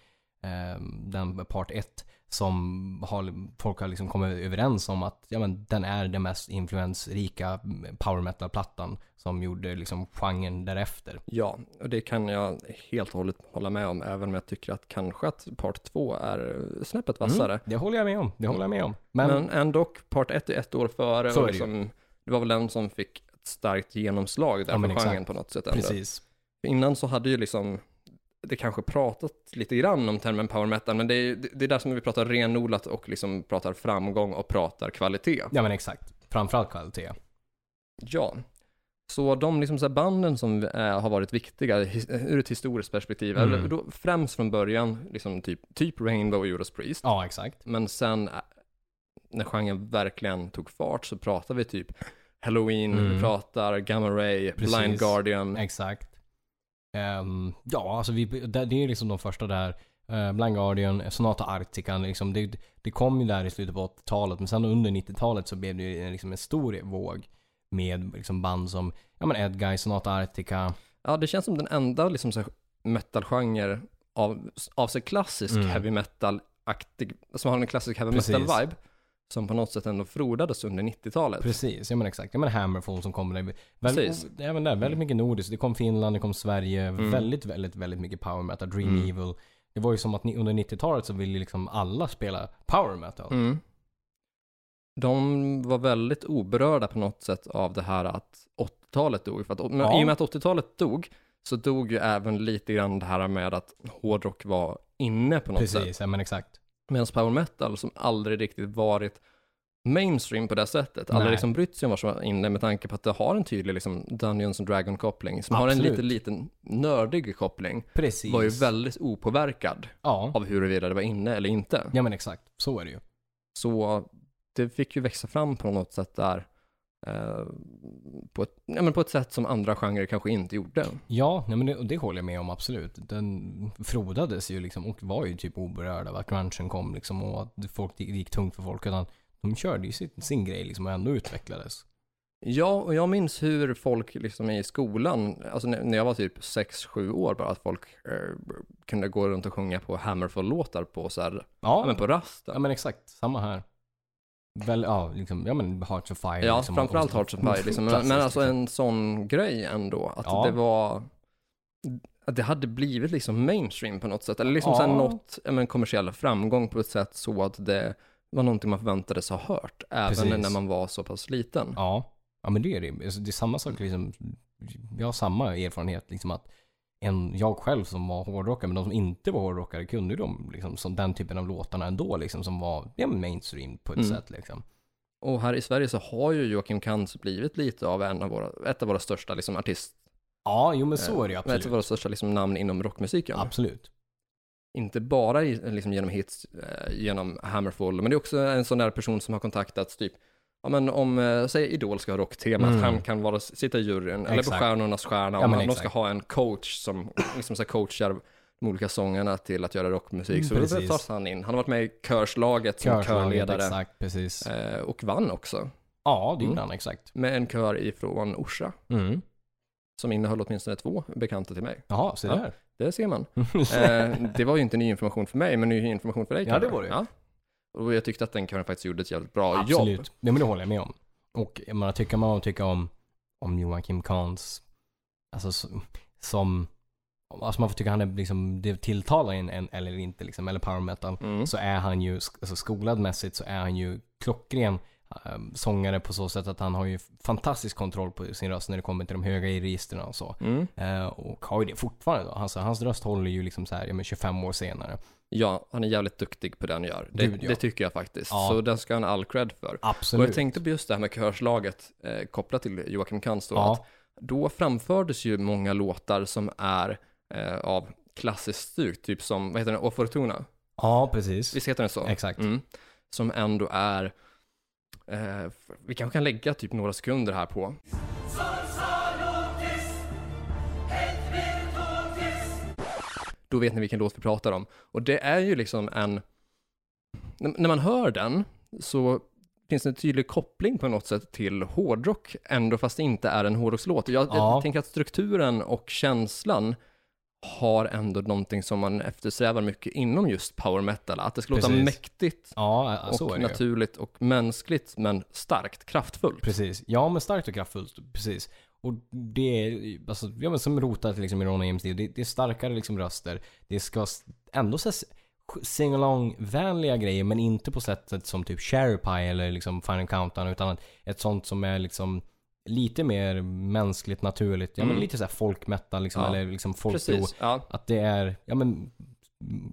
[SPEAKER 1] eh, den part 1 som har, folk har liksom kommit överens om att ja, men, den är den mest influensrika power metal-plattan som gjorde liksom genren därefter.
[SPEAKER 2] Ja, och det kan jag helt och hållet hålla med om, även om jag tycker att kanske att part två är snäppet vassare.
[SPEAKER 1] Mm, det håller jag med om. Det håller jag med om. Men,
[SPEAKER 2] Men ändå, part ett är ett år före.
[SPEAKER 1] Så
[SPEAKER 2] och
[SPEAKER 1] är det ju.
[SPEAKER 2] liksom, det var väl den som fick ett starkt genomslag där
[SPEAKER 1] Ja, men
[SPEAKER 2] för genren
[SPEAKER 1] exakt.
[SPEAKER 2] på något sätt. Ändå.
[SPEAKER 1] precis.
[SPEAKER 2] Innan så hade ju liksom, det kanske pratat lite grann om termen power metal, men det är, det, det är där som vi pratar renodlat och liksom pratar framgång och pratar kvalitet.
[SPEAKER 1] Ja men exakt. Framförallt kvalitet.
[SPEAKER 2] Ja. Så de liksom så här banden som eh, har varit viktiga his, ur ett historiskt perspektiv,
[SPEAKER 1] Mm.
[SPEAKER 2] eller då, främst från början, liksom typ, typ Rainbow och Judas Priest,
[SPEAKER 1] Ja exakt.
[SPEAKER 2] men sen eh, när genren verkligen tog fart så pratar vi typ Halloween,
[SPEAKER 1] Mm.
[SPEAKER 2] vi pratar Gamma Ray,
[SPEAKER 1] Precis.
[SPEAKER 2] Blind Guardian.
[SPEAKER 1] Exakt. Ehm, ja, alltså vi, det, det är liksom de första där. Uh, Blind Guardian, Sonata Arctica. Liksom det, det kom ju där i slutet på 80-talet. Men sen under 90-talet så blev det ju en- liksom en stor våg. Med liksom band som ja, men Edguy, Sonata Arctica.
[SPEAKER 2] Ja, det känns som den enda liksom så här metalgenre av, av sig klassisk
[SPEAKER 1] Mm.
[SPEAKER 2] heavy metal-aktig, som har en klassisk heavy
[SPEAKER 1] Precis.
[SPEAKER 2] metal-vibe, som på något sätt ändå frodades under 90-talet.
[SPEAKER 1] Precis, ja men exakt. Ja men Hammerfall som kom där. Väl,
[SPEAKER 2] Precis.
[SPEAKER 1] och Även där, väldigt mycket nordiskt. Det kom Finland, det kom Sverige.
[SPEAKER 2] Mm.
[SPEAKER 1] Väldigt, väldigt, väldigt mycket power metal. Dream
[SPEAKER 2] Mm.
[SPEAKER 1] Evil. Det var ju som att ni, under 90-talet så ville liksom alla spela power metal.
[SPEAKER 2] Mm. De var väldigt oberörda på något sätt av det här att 80-talet dog. För att, men
[SPEAKER 1] Ja.
[SPEAKER 2] I och med att 80-talet dog så dog ju även lite grann det här med att hårdrock var inne på något sätt.
[SPEAKER 1] Precis, ja men exakt.
[SPEAKER 2] Medan power metal som aldrig riktigt varit mainstream på det sättet,
[SPEAKER 1] Nej.
[SPEAKER 2] aldrig liksom brytt sig om vad som var inne med tanke på att det har en tydlig liksom Dungeons and Dragon-koppling, som har en
[SPEAKER 1] Absolut.
[SPEAKER 2] lite liten nördig koppling,
[SPEAKER 1] Precis.
[SPEAKER 2] var ju väldigt opåverkad
[SPEAKER 1] ja.
[SPEAKER 2] av huruvida det var inne eller inte.
[SPEAKER 1] Ja men exakt, så är det ju.
[SPEAKER 2] Så det fick ju växa fram på något sätt där. Eh, på, ett, ja, men på ett sätt som andra genrer kanske inte gjorde.
[SPEAKER 1] Ja, nej, men det, och det håller jag med om absolut. Den frodades ju liksom och var ju typ oberörd av att grungen kom liksom och att folk, det gick tungt för folk. Utan de körde ju sin, sin grej liksom och ändå utvecklades.
[SPEAKER 2] Ja, och jag minns hur folk liksom i skolan, alltså när, när jag var typ 6-7 år bara, att folk eh, kunde gå runt och sjunga på Hammerfall-låtar på så här, ja, men
[SPEAKER 1] Ja,
[SPEAKER 2] på rasten.
[SPEAKER 1] ja men exakt, samma här. Väl, ja, liksom, ja men Hearts of Fire.
[SPEAKER 2] Ja,
[SPEAKER 1] liksom,
[SPEAKER 2] framförallt
[SPEAKER 1] och-
[SPEAKER 2] Hearts of Fire. Liksom. Men,
[SPEAKER 1] Klassiskt,
[SPEAKER 2] men alltså
[SPEAKER 1] liksom.
[SPEAKER 2] en sån grej ändå. Att
[SPEAKER 1] Ja.
[SPEAKER 2] det var... Att det hade blivit liksom mainstream på något sätt. Eller liksom
[SPEAKER 1] Ja.
[SPEAKER 2] ja. sen nått ja, men, kommersiell framgång på ett sätt så att det var någonting man förväntades ha hört. Även
[SPEAKER 1] Precis.
[SPEAKER 2] när man var så pass liten.
[SPEAKER 1] Ja, ja men det är det. Alltså, det är samma sak liksom. Jag har samma erfarenhet liksom att en, jag själv som var hårdrockare, men de som inte var hårdrockare kunde ju de liksom, som den typen av låtarna ändå liksom som var ja, men mainstream på ett
[SPEAKER 2] Mm.
[SPEAKER 1] sätt liksom.
[SPEAKER 2] Och här i Sverige så har ju Joakim Kantz blivit lite av en av våra, ett av våra största liksom, artist...
[SPEAKER 1] Ja, jo men så är det ju
[SPEAKER 2] eh, Ett av
[SPEAKER 1] absolut.
[SPEAKER 2] våra största liksom, namn inom rockmusiken.
[SPEAKER 1] Absolut.
[SPEAKER 2] inte bara i- liksom genom hits, eh, genom Hammerfall, men det är också en sån där person som har kontaktats typ, ja men om, eh, säg Idol ska ha rocktema,
[SPEAKER 1] Mm.
[SPEAKER 2] att han kan vara, sitta i juryn, eller på
[SPEAKER 1] Exakt.
[SPEAKER 2] Stjärnornas stjärna,
[SPEAKER 1] Ja,
[SPEAKER 2] om
[SPEAKER 1] men
[SPEAKER 2] han, de ska
[SPEAKER 1] exakt.
[SPEAKER 2] ha en coach som liksom så här coachar de olika sångarna till att göra rockmusik, så
[SPEAKER 1] Mm,
[SPEAKER 2] då
[SPEAKER 1] precis.
[SPEAKER 2] tas han in. Han har varit med i körslaget som
[SPEAKER 1] Körslaget,
[SPEAKER 2] körledare
[SPEAKER 1] exakt, precis.
[SPEAKER 2] eh, och vann också
[SPEAKER 1] Ja, det gjorde
[SPEAKER 2] Mm.
[SPEAKER 1] han exakt.
[SPEAKER 2] med en kör ifrån Orsa,
[SPEAKER 1] Mm.
[SPEAKER 2] som innehöll åtminstone två bekanta till mig.
[SPEAKER 1] Jaha, se
[SPEAKER 2] Ja.
[SPEAKER 1] där.
[SPEAKER 2] Det ser man. Eh, det var ju inte ny information för mig, men ny information för dig
[SPEAKER 1] Ja,
[SPEAKER 2] kanske.
[SPEAKER 1] det var det.
[SPEAKER 2] Ja. Och jag tyckte att den kören faktiskt gjorde ett jävligt bra
[SPEAKER 1] Absolut.
[SPEAKER 2] jobb.
[SPEAKER 1] Nej, men det håller jag med om. Och jag menar, tycker man tycker om, om Joakim Kahns, alltså s- som, alltså man får tycka han är liksom, det tilltalar en en- eller inte liksom, eller power metal.
[SPEAKER 2] Mm.
[SPEAKER 1] Så är han ju, sk- alltså skoladmässigt så är han ju klockren eh, sångare på så sätt att han har ju fantastisk kontroll på sin röst när det kommer till de höga i registren och så.
[SPEAKER 2] Mm.
[SPEAKER 1] Eh, och har ju det fortfarande då. Alltså, hans röst håller ju liksom så här, ja, men 25 år senare.
[SPEAKER 2] Ja, han är jävligt duktig på det han gör. Det,
[SPEAKER 1] Gud, ja.
[SPEAKER 2] det tycker jag faktiskt.
[SPEAKER 1] Ja.
[SPEAKER 2] Så den ska han ha all cred för.
[SPEAKER 1] Absolut.
[SPEAKER 2] Och jag tänkte på just det här med körslaget eh, kopplat till Joakim Kantz då,
[SPEAKER 1] ja,
[SPEAKER 2] att då framfördes ju många låtar som är eh, av klassiskt stuk, typ som, vad heter den, O Fortuna?
[SPEAKER 1] ja, precis.
[SPEAKER 2] Visst heter den så?
[SPEAKER 1] Exakt.
[SPEAKER 2] Mm. Som ändå är, eh, vi kanske kan lägga typ några sekunder här på. Då vet ni vilken låt vi pratar om. Och det är ju liksom en, n- när man hör den så finns det en tydlig koppling på något sätt till hårdrock, ändå fast det inte är en hårdrockslåt. Jag,
[SPEAKER 1] Ja.
[SPEAKER 2] jag tänker att strukturen och känslan har ändå någonting som man eftersträvar mycket inom just power metal. Att det ska låta
[SPEAKER 1] Precis.
[SPEAKER 2] mäktigt
[SPEAKER 1] Ja, eh, så är
[SPEAKER 2] och
[SPEAKER 1] det ju.
[SPEAKER 2] naturligt och mänskligt, men starkt, kraftfullt.
[SPEAKER 1] Precis. Ja, men starkt och kraftfullt. Precis. Och det är, alltså, ja men som rotat liksom i Ron Ames det, det är starkare liksom röster. Det ska s- ändå så här s- sing-along-vänliga grejer men inte på sättet som typ Cherry Pie eller liksom Final Countdown utan att ett sånt som är liksom lite mer mänskligt, naturligt. Ja men
[SPEAKER 2] Mm.
[SPEAKER 1] lite såhär folkmetal liksom
[SPEAKER 2] Ja.
[SPEAKER 1] eller liksom folkro.
[SPEAKER 2] Precis, ja.
[SPEAKER 1] Att det är, ja men,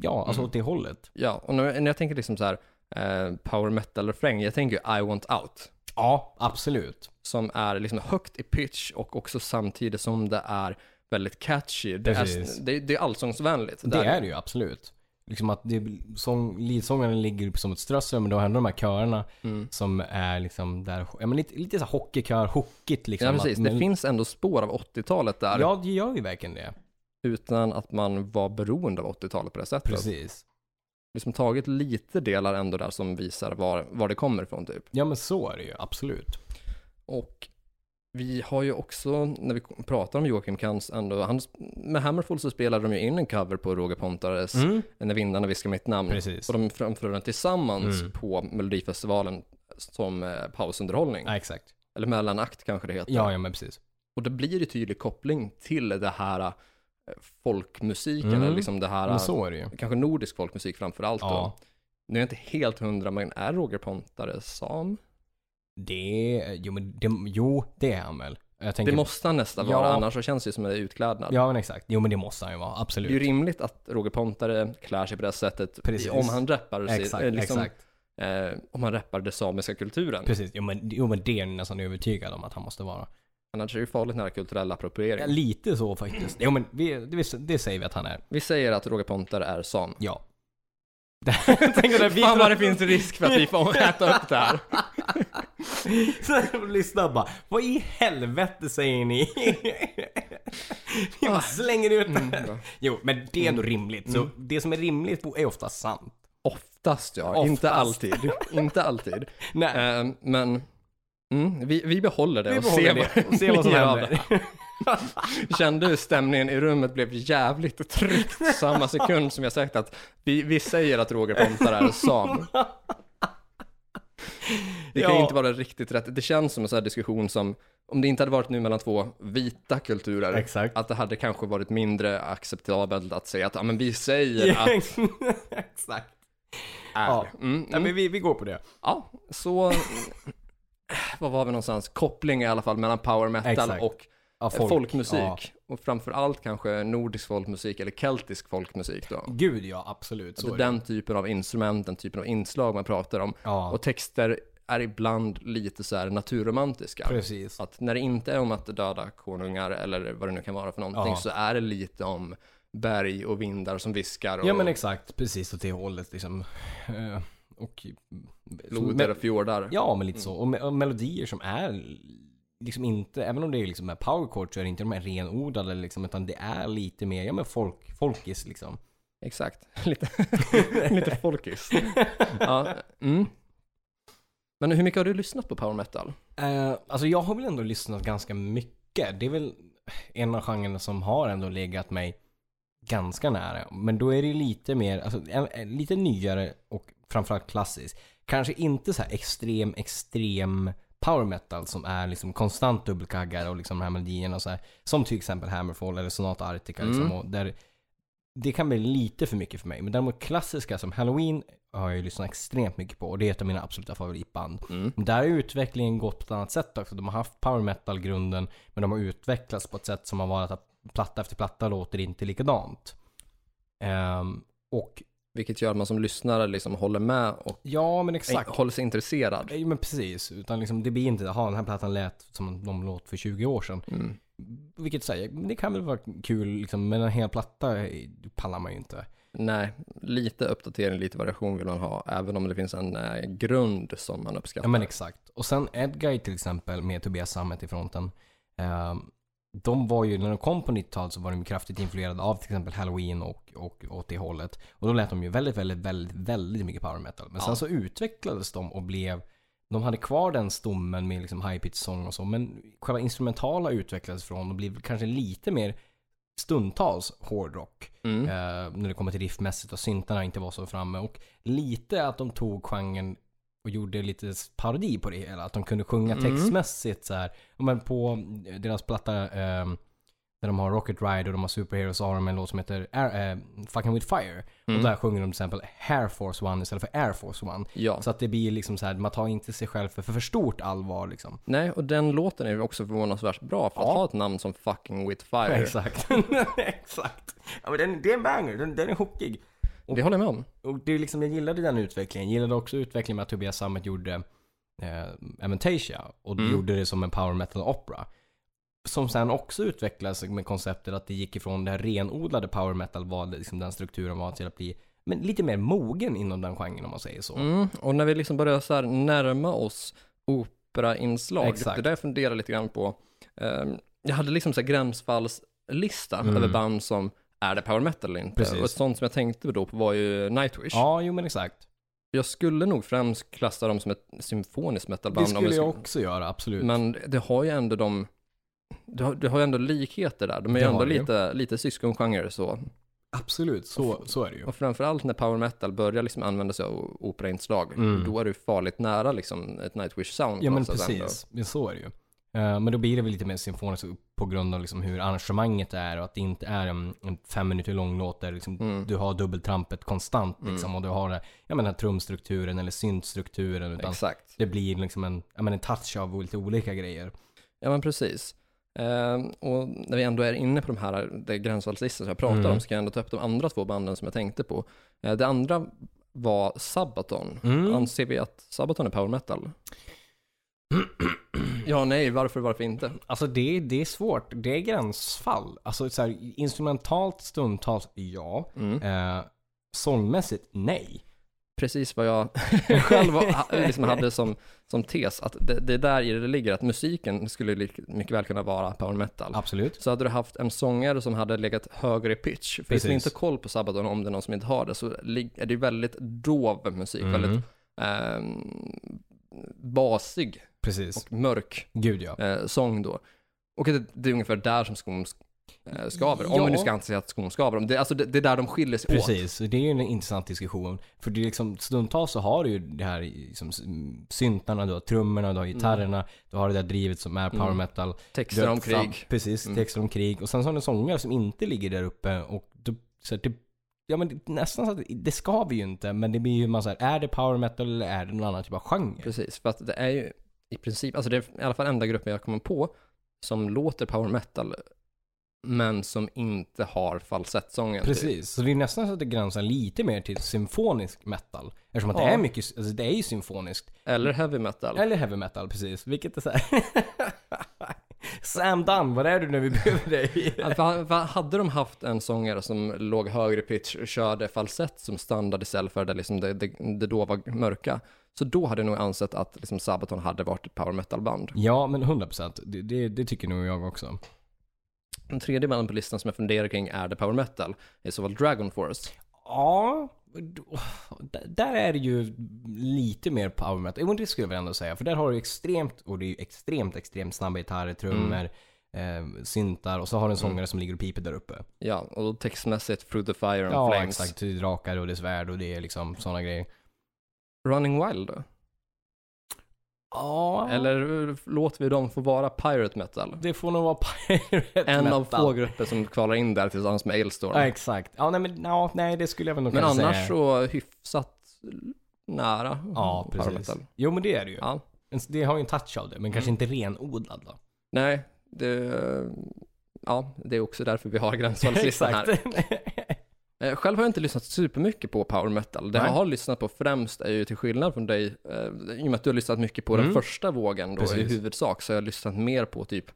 [SPEAKER 1] ja alltså
[SPEAKER 2] Mm.
[SPEAKER 1] åt det hållet.
[SPEAKER 2] ja. Och när, när jag tänker liksom så här, eh, power metal-refräng, jag tänker ju I want out.
[SPEAKER 1] Ja, absolut.
[SPEAKER 2] som är liksom högt i pitch och också samtidigt som det är väldigt catchy. Det,
[SPEAKER 1] Precis.
[SPEAKER 2] är, det, det är allsångsvänligt.
[SPEAKER 1] Det är det ju absolut. Liksom att det, sång, leadsångaren ligger upp som ett strössel men då har ändå de här körerna
[SPEAKER 2] Mm.
[SPEAKER 1] som är liksom där, ja men lite, lite så här hockeykör, hockigt liksom.
[SPEAKER 2] Ja, precis.
[SPEAKER 1] Att,
[SPEAKER 2] Det
[SPEAKER 1] men,
[SPEAKER 2] finns ändå spår av 80-talet där
[SPEAKER 1] Ja, det gör ju verkligen det.
[SPEAKER 2] utan att man var beroende av 80-talet på det sättet.
[SPEAKER 1] Precis.
[SPEAKER 2] Liksom tagit lite delar ändå där som visar var, var det kommer ifrån typ.
[SPEAKER 1] Ja men så är det ju, absolut.
[SPEAKER 2] Och vi har ju också, när vi k- pratar om Joakim Kans ändå, han, med Hammerfall så spelade de ju in en cover på Roger Pontares När vindarna viskar mitt namn.
[SPEAKER 1] Mm. Precis.
[SPEAKER 2] Mm. Och de framförde den tillsammans
[SPEAKER 1] Mm.
[SPEAKER 2] på Melodifestivalen som eh, pausunderhållning.
[SPEAKER 1] Ja, exakt.
[SPEAKER 2] Eller mellanakt kanske det heter.
[SPEAKER 1] Ja, ja men precis.
[SPEAKER 2] Och det blir ju tydlig koppling till det här eh, folkmusiken,
[SPEAKER 1] Mm.
[SPEAKER 2] eller liksom det här,
[SPEAKER 1] Men så är det ju.
[SPEAKER 2] kanske nordisk folkmusik framför allt
[SPEAKER 1] Ja.
[SPEAKER 2] då. Nu är jag inte helt hundra, men är Roger Pontare sam?
[SPEAKER 1] Det, jo men det, jo, det är han väl. Jag tänker,
[SPEAKER 2] Det måste han nästan
[SPEAKER 1] Ja.
[SPEAKER 2] vara, annars så känns det ju som en utklädnad.
[SPEAKER 1] Ja men exakt. Jo men det måste han ju vara,
[SPEAKER 2] Det är ju
[SPEAKER 1] absolut.
[SPEAKER 2] rimligt att Roger Pontare klär sig på det här sättet
[SPEAKER 1] Precis.
[SPEAKER 2] om han rappar, sig-
[SPEAKER 1] Exakt,
[SPEAKER 2] eh, liksom,
[SPEAKER 1] exakt.
[SPEAKER 2] eh, om han rappar den samiska kulturen.
[SPEAKER 1] Precis. Jo men, jo men det är jag nästan övertygad om att han måste vara.
[SPEAKER 2] Annars är det ju farligt nära kulturell appropriering.
[SPEAKER 1] Ja, lite så faktiskt. Jo men vi, det, det säger vi att han är.
[SPEAKER 2] Vi säger att Roger Pontare är sam.
[SPEAKER 1] Ja. Tänk om det
[SPEAKER 2] Fan vad det finns risk för att vi får äta upp det här.
[SPEAKER 1] Så lyssna bara. Vad i helvete säger ni?
[SPEAKER 2] Ah.
[SPEAKER 1] Ni slänger ut
[SPEAKER 2] Mm,
[SPEAKER 1] det här. Jo, men det är ändå rimligt. Så det som är rimligt är ofta sant.
[SPEAKER 2] Oftast ja,
[SPEAKER 1] Oftast.
[SPEAKER 2] inte alltid. Inte alltid.
[SPEAKER 1] Nej.
[SPEAKER 2] Eh, men mm, vi, vi behåller det
[SPEAKER 1] Vi
[SPEAKER 2] och
[SPEAKER 1] behåller
[SPEAKER 2] ser
[SPEAKER 1] det
[SPEAKER 2] vad,
[SPEAKER 1] och ser vad som
[SPEAKER 2] Ja,
[SPEAKER 1] händer.
[SPEAKER 2] Kände hur stämningen i rummet blev jävligt tryckt samma sekund som jag sagt att vi, vi säger att Roger Pontare är sam. Det kan
[SPEAKER 1] Ja.
[SPEAKER 2] ju inte vara riktigt rätt. Det känns som en sån här diskussion som, om det inte hade varit nu mellan två vita kulturer,
[SPEAKER 1] Exakt.
[SPEAKER 2] att det hade kanske varit mindre acceptabelt att säga att ja, men vi säger att
[SPEAKER 1] Exakt.
[SPEAKER 2] är.
[SPEAKER 1] Ja.
[SPEAKER 2] Mm,
[SPEAKER 1] Nej,
[SPEAKER 2] mm.
[SPEAKER 1] men vi, vi går på det.
[SPEAKER 2] ja, så vad var vi någonstans? Koppling i alla fall mellan power metal
[SPEAKER 1] Exakt.
[SPEAKER 2] och
[SPEAKER 1] Ja,
[SPEAKER 2] folk, folkmusik.
[SPEAKER 1] Ja.
[SPEAKER 2] Och framförallt kanske nordisk folkmusik eller keltisk folkmusik då.
[SPEAKER 1] Gud ja, absolut. Så
[SPEAKER 2] det
[SPEAKER 1] är
[SPEAKER 2] är
[SPEAKER 1] det.
[SPEAKER 2] den typen av instrument, den typen av inslag man pratar om.
[SPEAKER 1] Ja,
[SPEAKER 2] Och texter är ibland lite så här naturromantiska.
[SPEAKER 1] precis.
[SPEAKER 2] Att när det inte är om att döda konungar eller vad det nu kan vara för någonting
[SPEAKER 1] Ja.
[SPEAKER 2] så är det lite om berg och vindar som viskar och
[SPEAKER 1] Ja men exakt, precis åt det hållet liksom. Eh, Och... mm,
[SPEAKER 2] floder och fjordar.
[SPEAKER 1] Ja, men lite så. Och, me- och melodier som är liksom inte, även om det är liksom med powerchord så är det inte de här renodlade liksom, utan det är lite mer, ja men folk, folkis liksom.
[SPEAKER 2] Exakt. Lite, lite folkis. ja. mm. Men hur mycket har du lyssnat på power metal?
[SPEAKER 1] Eh, alltså jag har väl ändå lyssnat ganska mycket. Det är väl en av genrerna som har ändå legat mig ganska nära. Men då är det lite mer, alltså, en, en, lite nyare och framförallt klassisk. Kanske inte så här extrem, extrem power metal som är liksom konstant dubbelkaggar och liksom de här melodierna och så här. Som till exempel Hammerfall eller Sonata Arctica liksom.
[SPEAKER 2] Mm.
[SPEAKER 1] Och där, det kan bli lite för mycket för mig. Men däremot klassiska som Halloween har jag ju lyssnat extremt mycket på och det är ett av mina absoluta favoritband. Där har utvecklingen gått på ett annat sätt också. De har haft power metal-grunden, men de har utvecklats på ett sätt som har varit att platta efter platta låter inte likadant. Ehm, och
[SPEAKER 2] Vilket gör att man som lyssnare liksom håller med och
[SPEAKER 1] ja, men exakt.
[SPEAKER 2] håller sig intresserad.
[SPEAKER 1] Nej, men precis. Utan liksom, det blir inte, ha den här plattan lät som de låt för 20 år sedan.
[SPEAKER 2] Mm.
[SPEAKER 1] Vilket säger, men det kan väl vara kul liksom, men en hel platta eh, pallar man ju inte.
[SPEAKER 2] Nej, lite uppdatering, lite variation vill man ha, även om det finns en eh, grund som man uppskattar.
[SPEAKER 1] Ja men exakt. Och sen Edguy till exempel med Tobias Sammet i fronten. ehm, de var ju, när de kom på 90-talet så var de ju kraftigt influerade av till exempel Halloween och, och åt det hållet. Och då lät de ju väldigt, väldigt, väldigt, väldigt mycket power metal. Men
[SPEAKER 2] Ja.
[SPEAKER 1] sen så utvecklades de och blev, de hade kvar den stommen med liksom high pitch sång och så. Men själva instrumentala utvecklades från och blev kanske lite mer stundtals hårdrock.
[SPEAKER 2] Mm.
[SPEAKER 1] Eh, när det kommer till riffmässigt och syntarna inte var så framme. Och lite att de tog genren och gjorde lite parodi på det hela. Att de kunde sjunga
[SPEAKER 2] Mm.
[SPEAKER 1] textmässigt så här. Ja, Men på deras platta eh, där de har Rocket Ride och de har Superheroes så har de en låt som heter Air, eh, Fucking With Fire.
[SPEAKER 2] Mm.
[SPEAKER 1] Och där sjunger de till exempel Air Force One istället för Air Force One.
[SPEAKER 2] Ja.
[SPEAKER 1] Så att det blir liksom så här, man tar inte sig själv för för, för stort allvar liksom.
[SPEAKER 2] Nej, och den låten är ju också förvånansvärt bra för att
[SPEAKER 1] Ja.
[SPEAKER 2] ha ett namn som Fucking With Fire.
[SPEAKER 1] Exakt. Exakt. Ja, men den, det är en banger, den, den är hookig.
[SPEAKER 2] Det håller jag med om.
[SPEAKER 1] Och det är liksom, jag gillade den utvecklingen. Jag gillade också utvecklingen med att Tobias Sammet gjorde eh, Amentasia och
[SPEAKER 2] Mm.
[SPEAKER 1] gjorde det som en power metal opera. Som sen också utvecklades med konceptet att det gick ifrån det här renodlade power metal, vad liksom den strukturen var, till att bli men lite mer mogen inom den genren om man säger så.
[SPEAKER 2] Mm. Och när vi liksom börjar så här närma oss operainslag,
[SPEAKER 1] Exakt.
[SPEAKER 2] det där jag funderar lite grann på. Ehm, jag hade liksom så här gränsfallslista
[SPEAKER 1] Mm.
[SPEAKER 2] över band som är det power metal eller inte?
[SPEAKER 1] Precis.
[SPEAKER 2] Och ett sånt som jag tänkte då på var ju Nightwish.
[SPEAKER 1] Ja, jo men exakt.
[SPEAKER 2] Jag skulle nog främst klassa dem som ett symfoniskt
[SPEAKER 1] Det
[SPEAKER 2] metalband. om
[SPEAKER 1] skulle
[SPEAKER 2] skulle-
[SPEAKER 1] jag också göra, absolut.
[SPEAKER 2] Men det har ju ändå de, det har, det har ju ändå likheter där. De är
[SPEAKER 1] Det
[SPEAKER 2] ju ändå
[SPEAKER 1] har det ju.
[SPEAKER 2] lite, lite syskongenrer så.
[SPEAKER 1] Absolut, så, så är det ju.
[SPEAKER 2] Och framförallt när power metal börjar liksom använda sig av operainslag,
[SPEAKER 1] Mm.
[SPEAKER 2] då är du farligt nära liksom ett Nightwish-sound.
[SPEAKER 1] Ja
[SPEAKER 2] på
[SPEAKER 1] men
[SPEAKER 2] något sätt ändå.
[SPEAKER 1] precis, Ja, så är det ju. Eh, Men då blir det väl lite mer symfoniskt på grund av liksom hur arrangemanget är och att det inte är en, en fem minuter lång låt där liksom
[SPEAKER 2] Mm.
[SPEAKER 1] du har dubbeltrampet konstant liksom, och du har det, jag menar, trumstrukturen eller syntstrukturen. Utan
[SPEAKER 2] Exakt.
[SPEAKER 1] det blir liksom en, jag menar, en touch av lite olika grejer.
[SPEAKER 2] Ja men precis. Ehm, och när vi ändå är inne på de här det gränsfallslistor som jag pratar
[SPEAKER 1] Mm.
[SPEAKER 2] om, så kan jag ändå ta upp de andra två banden som jag tänkte på. Eh, det andra var Sabaton.
[SPEAKER 1] Mm.
[SPEAKER 2] Anser vi att Sabaton är power metal? Ja, nej, varför, varför inte?
[SPEAKER 1] Alltså det, det är svårt, det är gränsfall. Alltså så här, instrumentalt stundtals, ja.
[SPEAKER 2] Mm.
[SPEAKER 1] Eh, sångmässigt, nej.
[SPEAKER 2] precis vad jag själv var- ha- liksom hade som, som tes, att det, det är där i det ligger, att musiken skulle lik- mycket väl kunna vara power metal.
[SPEAKER 1] Absolut.
[SPEAKER 2] Så hade du haft en sångare som hade legat högre i pitch, för
[SPEAKER 1] Precis.
[SPEAKER 2] vi inte koll på Sabaton om det är någon som inte har det, så lig- är det väldigt dov musik,
[SPEAKER 1] Mm.
[SPEAKER 2] väldigt ehm, basig
[SPEAKER 1] Precis.
[SPEAKER 2] och mörk
[SPEAKER 1] Gud ja.
[SPEAKER 2] eh, sång då. Och det, det är ungefär där som skon sk- eh, skaver, om
[SPEAKER 1] Ja.
[SPEAKER 2] vi nu ska anse att skon skaver. Om Det, alltså det, det är där de skiljer sig åt.
[SPEAKER 1] Precis, det är ju en intressant diskussion. För det är liksom, stundtals så har du ju det här i- liksom, syntarna, du har trummorna, du har gitarrerna, du har det där drivet som är power
[SPEAKER 2] Mm.
[SPEAKER 1] metal. Du
[SPEAKER 2] Texter
[SPEAKER 1] har
[SPEAKER 2] om
[SPEAKER 1] fram-
[SPEAKER 2] krig.
[SPEAKER 1] Precis,
[SPEAKER 2] Mm.
[SPEAKER 1] texter om krig. Och sen så har du sångare som inte ligger där uppe och du, så här, det, ja men det, nästan så att det ska vi ju inte, men det blir ju man så här, är det power metal eller är det någon annan typ av genre?
[SPEAKER 2] Precis, för att det är ju i princip, alltså det är i alla fall enda gruppen jag kommer på som låter power metal, men som inte har falsettsången. typ. till.
[SPEAKER 1] Precis, så det är nästan så att det gränsar lite mer till symfonisk metal. Eftersom att
[SPEAKER 2] Ja.
[SPEAKER 1] det är mycket, alltså det är ju symfoniskt.
[SPEAKER 2] Eller heavy metal.
[SPEAKER 1] Eller heavy metal, precis. Vilket är såhär... Sam Dunn, var är du när vi behöver dig?
[SPEAKER 2] Ja, för- för hade de haft en sångare som låg högre pitch och körde falsett som standard istället för det, liksom det, det, det dova mörka, så då hade jag nog ansett att liksom Sabaton hade varit ett power metal-band.
[SPEAKER 1] ja, men 100%. Det, det, det tycker nog jag också.
[SPEAKER 2] Den tredje banden på listan som jag funderar kring är det power metal, i så fall Dragon Force.
[SPEAKER 1] Ja, d- d- där är det ju lite mer power metal. Jo, men det skulle jag väl ändå säga. För där har du extremt, och det är ju extremt, extremt snabba gitarrer, trummor,
[SPEAKER 2] Mm.
[SPEAKER 1] eh, syntar och så har du en sångare som ligger och piper där uppe.
[SPEAKER 2] Ja, och då textmässigt Through the Fire and
[SPEAKER 1] Ja,
[SPEAKER 2] Flames.
[SPEAKER 1] exakt. Det är drakar och det är svärd och det är liksom sådana grejer.
[SPEAKER 2] Running Wild då?
[SPEAKER 1] Ja,
[SPEAKER 2] Eller eh, låter vi dem få vara pirate metal?
[SPEAKER 1] det får nog vara pirate
[SPEAKER 2] En av
[SPEAKER 1] metal.
[SPEAKER 2] få grupper som kvalar in där tillsammans med Ailstorm.
[SPEAKER 1] Ja, exakt. Ja, nej, men ja, nej, det skulle jag väl nog
[SPEAKER 2] Men
[SPEAKER 1] kunna säga.
[SPEAKER 2] annars så hyfsat nära
[SPEAKER 1] Ja,
[SPEAKER 2] power
[SPEAKER 1] precis. Jo, men det är det ju.
[SPEAKER 2] Ja.
[SPEAKER 1] En- Det har ju en touch av det, men kanske
[SPEAKER 2] Mm.
[SPEAKER 1] inte renodlad då.
[SPEAKER 2] Nej, det, ja, det är också därför vi har gränsfallslistan här. Eh, Själv har jag inte lyssnat supermycket på power metal. Det
[SPEAKER 1] Nej.
[SPEAKER 2] jag har lyssnat på främst är ju till skillnad från dig, eh, i och med att du har lyssnat mycket på den
[SPEAKER 1] Mm.
[SPEAKER 2] första vågen då i
[SPEAKER 1] Precis.
[SPEAKER 2] huvudsak, så har jag lyssnat mer på typ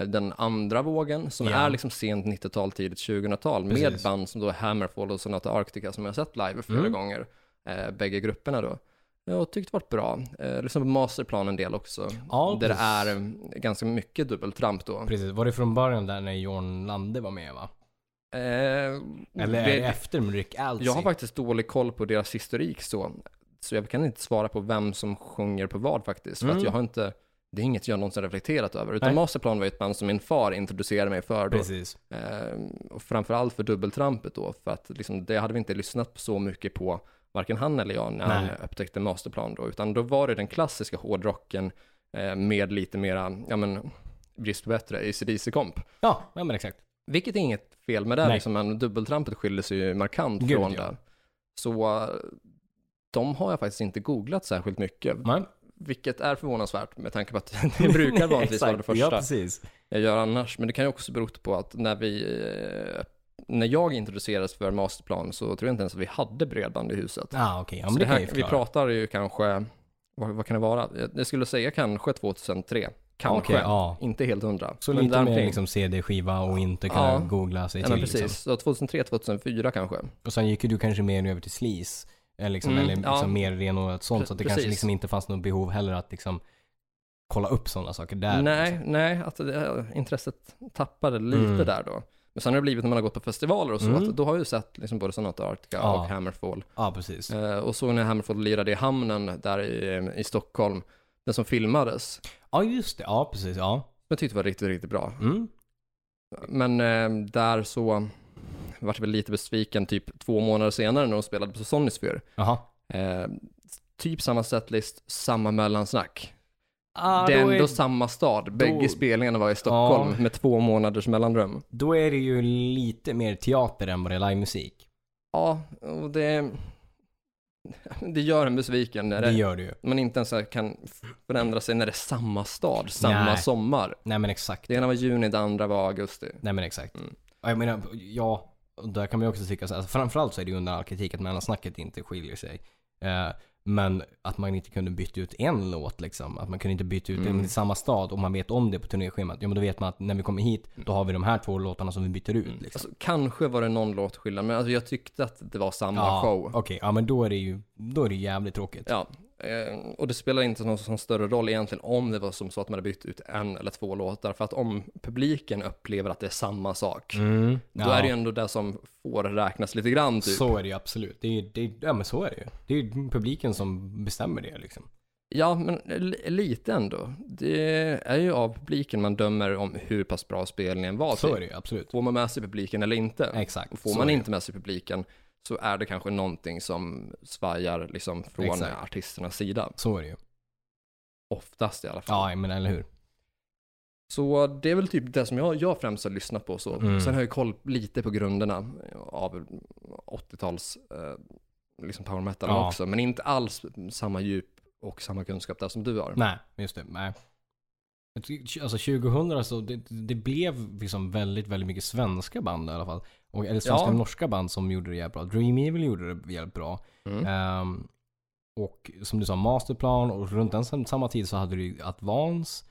[SPEAKER 2] eh, den andra vågen som
[SPEAKER 1] Ja.
[SPEAKER 2] är liksom sent 90-tal, tidigt 2000-tal med
[SPEAKER 1] Precis.
[SPEAKER 2] band som då Hammerfall och Sonata Arctica som jag har sett live flera
[SPEAKER 1] Mm.
[SPEAKER 2] gånger, eh, bägge grupperna då. Jag tyckte det varit bra. Eh, liksom på Masterplan en del också.
[SPEAKER 1] Ja,
[SPEAKER 2] där det
[SPEAKER 1] precis.
[SPEAKER 2] är eh, ganska mycket dubbeltramp då.
[SPEAKER 1] Precis, var det från början där när John Lande var med va?
[SPEAKER 2] Eh,
[SPEAKER 1] Eller är
[SPEAKER 2] Mm, det-
[SPEAKER 1] det efter med Rick Alsey?
[SPEAKER 2] jag har faktiskt dålig koll på deras historik så. Så jag kan inte svara på vem som sjunger på vad faktiskt. För
[SPEAKER 1] Mm.
[SPEAKER 2] att jag har inte, det är inget jag någonsin reflekterat över. Utan
[SPEAKER 1] Nej.
[SPEAKER 2] Masterplan var ju ett band som min far introducerade mig för då.
[SPEAKER 1] Precis.
[SPEAKER 2] Eh, och framförallt för dubbeltrampet då, för att liksom, det hade vi inte lyssnat så mycket på, varken han eller jag, när
[SPEAKER 1] Nej.
[SPEAKER 2] han upptäckte Masterplan då, utan då var det den klassiska hårdrocken eh, med lite mera, ja men, brist på bättre, ACDC-komp.
[SPEAKER 1] Ja, ja men exakt.
[SPEAKER 2] Vilket är inget fel med det,
[SPEAKER 1] Nej.
[SPEAKER 2] liksom, men dubbeltrampet skiljer sig ju markant
[SPEAKER 1] Gud,
[SPEAKER 2] från
[SPEAKER 1] ja.
[SPEAKER 2] det. Så eh, de har jag faktiskt inte googlat särskilt mycket,
[SPEAKER 1] Man?
[SPEAKER 2] vilket är förvånansvärt med tanke på att det brukar vanligtvis vara det
[SPEAKER 1] Exakt,
[SPEAKER 2] första
[SPEAKER 1] Ja, precis.
[SPEAKER 2] jag gör annars. Men det kan ju också bero på att när vi eh, när jag introducerades för masterplan så tror jag inte ens att vi hade bredband i huset.
[SPEAKER 1] Ah, okej. Ja,
[SPEAKER 2] så
[SPEAKER 1] men
[SPEAKER 2] det
[SPEAKER 1] det kan ju
[SPEAKER 2] här, vi
[SPEAKER 1] förklara.
[SPEAKER 2] pratar ju kanske, vad, vad kan det vara? Jag, jag skulle säga kanske 2003. Kanske,
[SPEAKER 1] Okej, ja.
[SPEAKER 2] inte helt hundra.
[SPEAKER 1] Så
[SPEAKER 2] men
[SPEAKER 1] lite mer
[SPEAKER 2] däromkring.
[SPEAKER 1] liksom CD-skiva och inte kunna
[SPEAKER 2] Ja.
[SPEAKER 1] googla sig
[SPEAKER 2] Ja,
[SPEAKER 1] till.
[SPEAKER 2] men precis.
[SPEAKER 1] Liksom.
[SPEAKER 2] Så 2003, 2004 kanske.
[SPEAKER 1] Och sen gick ju du kanske mer över till Sleaze. Eller, liksom,
[SPEAKER 2] Mm,
[SPEAKER 1] eller liksom
[SPEAKER 2] ja.
[SPEAKER 1] mer renodlat sånt. Så att det
[SPEAKER 2] Pre-
[SPEAKER 1] kanske
[SPEAKER 2] precis.
[SPEAKER 1] liksom inte fanns något behov heller att liksom kolla upp sådana saker där.
[SPEAKER 2] nej,
[SPEAKER 1] Liksom.
[SPEAKER 2] nej, att det, intresset tappade lite
[SPEAKER 1] Mm.
[SPEAKER 2] där då. Men sen har det blivit när man har gått på festivaler och så,
[SPEAKER 1] Mm.
[SPEAKER 2] att då har jag ju sett liksom både Sonata Arctica
[SPEAKER 1] Ja.
[SPEAKER 2] och Hammerfall.
[SPEAKER 1] Ja, precis.
[SPEAKER 2] Eh, och såg när Hammerfall lirade i hamnen där i, i Stockholm, den som filmades.
[SPEAKER 1] Ja, just det. Ja, precis. Ja.
[SPEAKER 2] Som jag tyckte var riktigt, riktigt bra.
[SPEAKER 1] Mm.
[SPEAKER 2] Men eh, där så vart jag väl lite besviken typ två månader senare när de spelade på Sonysphere.
[SPEAKER 1] Jaha.
[SPEAKER 2] Eh, typ samma setlist, samma mellansnack.
[SPEAKER 1] Ah,
[SPEAKER 2] det är
[SPEAKER 1] då,
[SPEAKER 2] ändå
[SPEAKER 1] är,
[SPEAKER 2] samma stad, bägge spelningarna var i Stockholm
[SPEAKER 1] Ja.
[SPEAKER 2] med två månaders mellanrum.
[SPEAKER 1] då är det ju lite mer teater än vad det är livemusik.
[SPEAKER 2] Ja, och det, det gör en besviken när
[SPEAKER 1] Det
[SPEAKER 2] det,
[SPEAKER 1] gör det ju.
[SPEAKER 2] man inte ens kan förändra sig när det är samma stad, samma
[SPEAKER 1] Nej.
[SPEAKER 2] sommar.
[SPEAKER 1] Nej men exakt.
[SPEAKER 2] Det ena var juni, det andra var augusti.
[SPEAKER 1] Nej men exakt.
[SPEAKER 2] Mm.
[SPEAKER 1] Ja, Jag menar, ja, och där kan man ju också tycka så här, alltså, framförallt så är det ju under all kritik att mellansnacket inte skiljer sig. Eh, men att man inte kunde byta ut en låt liksom. Att man kunde inte byta ut
[SPEAKER 2] Mm.
[SPEAKER 1] den i samma stad och man vet om det på turnéschemat. Ja men då vet man att när vi kommer hit, då har vi de här två låtarna som vi byter ut liksom.
[SPEAKER 2] Alltså, kanske var det någon låtskillnad, men alltså, jag tyckte att det var samma
[SPEAKER 1] Ja,
[SPEAKER 2] show.
[SPEAKER 1] Okej, ja men då är det ju, då är det jävligt tråkigt.
[SPEAKER 2] Ja, eh, och det spelar inte någon sån större roll egentligen om det var som så att man hade bytt ut en eller två låtar, för att om publiken upplever att det är samma sak,
[SPEAKER 1] Mm,
[SPEAKER 2] då
[SPEAKER 1] ja.
[SPEAKER 2] är det ju ändå det som får räknas lite grann typ.
[SPEAKER 1] Så är det ju absolut. Det är, ju- det är, ja men så är det ju. Det är ju publiken som bestämmer det liksom.
[SPEAKER 2] Ja, men li- lite ändå. Det är ju av publiken man dömer om hur pass bra spelningen var.
[SPEAKER 1] Så
[SPEAKER 2] typ.
[SPEAKER 1] är det ju absolut.
[SPEAKER 2] Får man med sig publiken eller inte?
[SPEAKER 1] Exakt.
[SPEAKER 2] Och får
[SPEAKER 1] så är
[SPEAKER 2] man
[SPEAKER 1] det.
[SPEAKER 2] inte med sig publiken så är det kanske någonting som svajar liksom från
[SPEAKER 1] Exakt.
[SPEAKER 2] artisternas sida.
[SPEAKER 1] Så är det ju.
[SPEAKER 2] Oftast i alla fall.
[SPEAKER 1] Ja men eller hur.
[SPEAKER 2] Så det är väl typ det som jag, jag främst har lyssnat på. Så.
[SPEAKER 1] Mm.
[SPEAKER 2] Sen har jag koll lite på grunderna av 80-tals eh, liksom power metal
[SPEAKER 1] Ja.
[SPEAKER 2] också. Men inte alls samma djup och samma kunskap där som du har.
[SPEAKER 1] Nej, just det. Nej. Jag tycker- Alltså 2000 så det, det blev liksom väldigt, väldigt mycket svenska band i alla fall. Och, eller svenska
[SPEAKER 2] Ja.
[SPEAKER 1] och norska band som gjorde det jävligt bra. Dream Evil gjorde det jävligt bra.
[SPEAKER 2] Mm.
[SPEAKER 1] Ehm, och som du sa, Masterplan och runt den sam- samma tid så hade du ju Advance.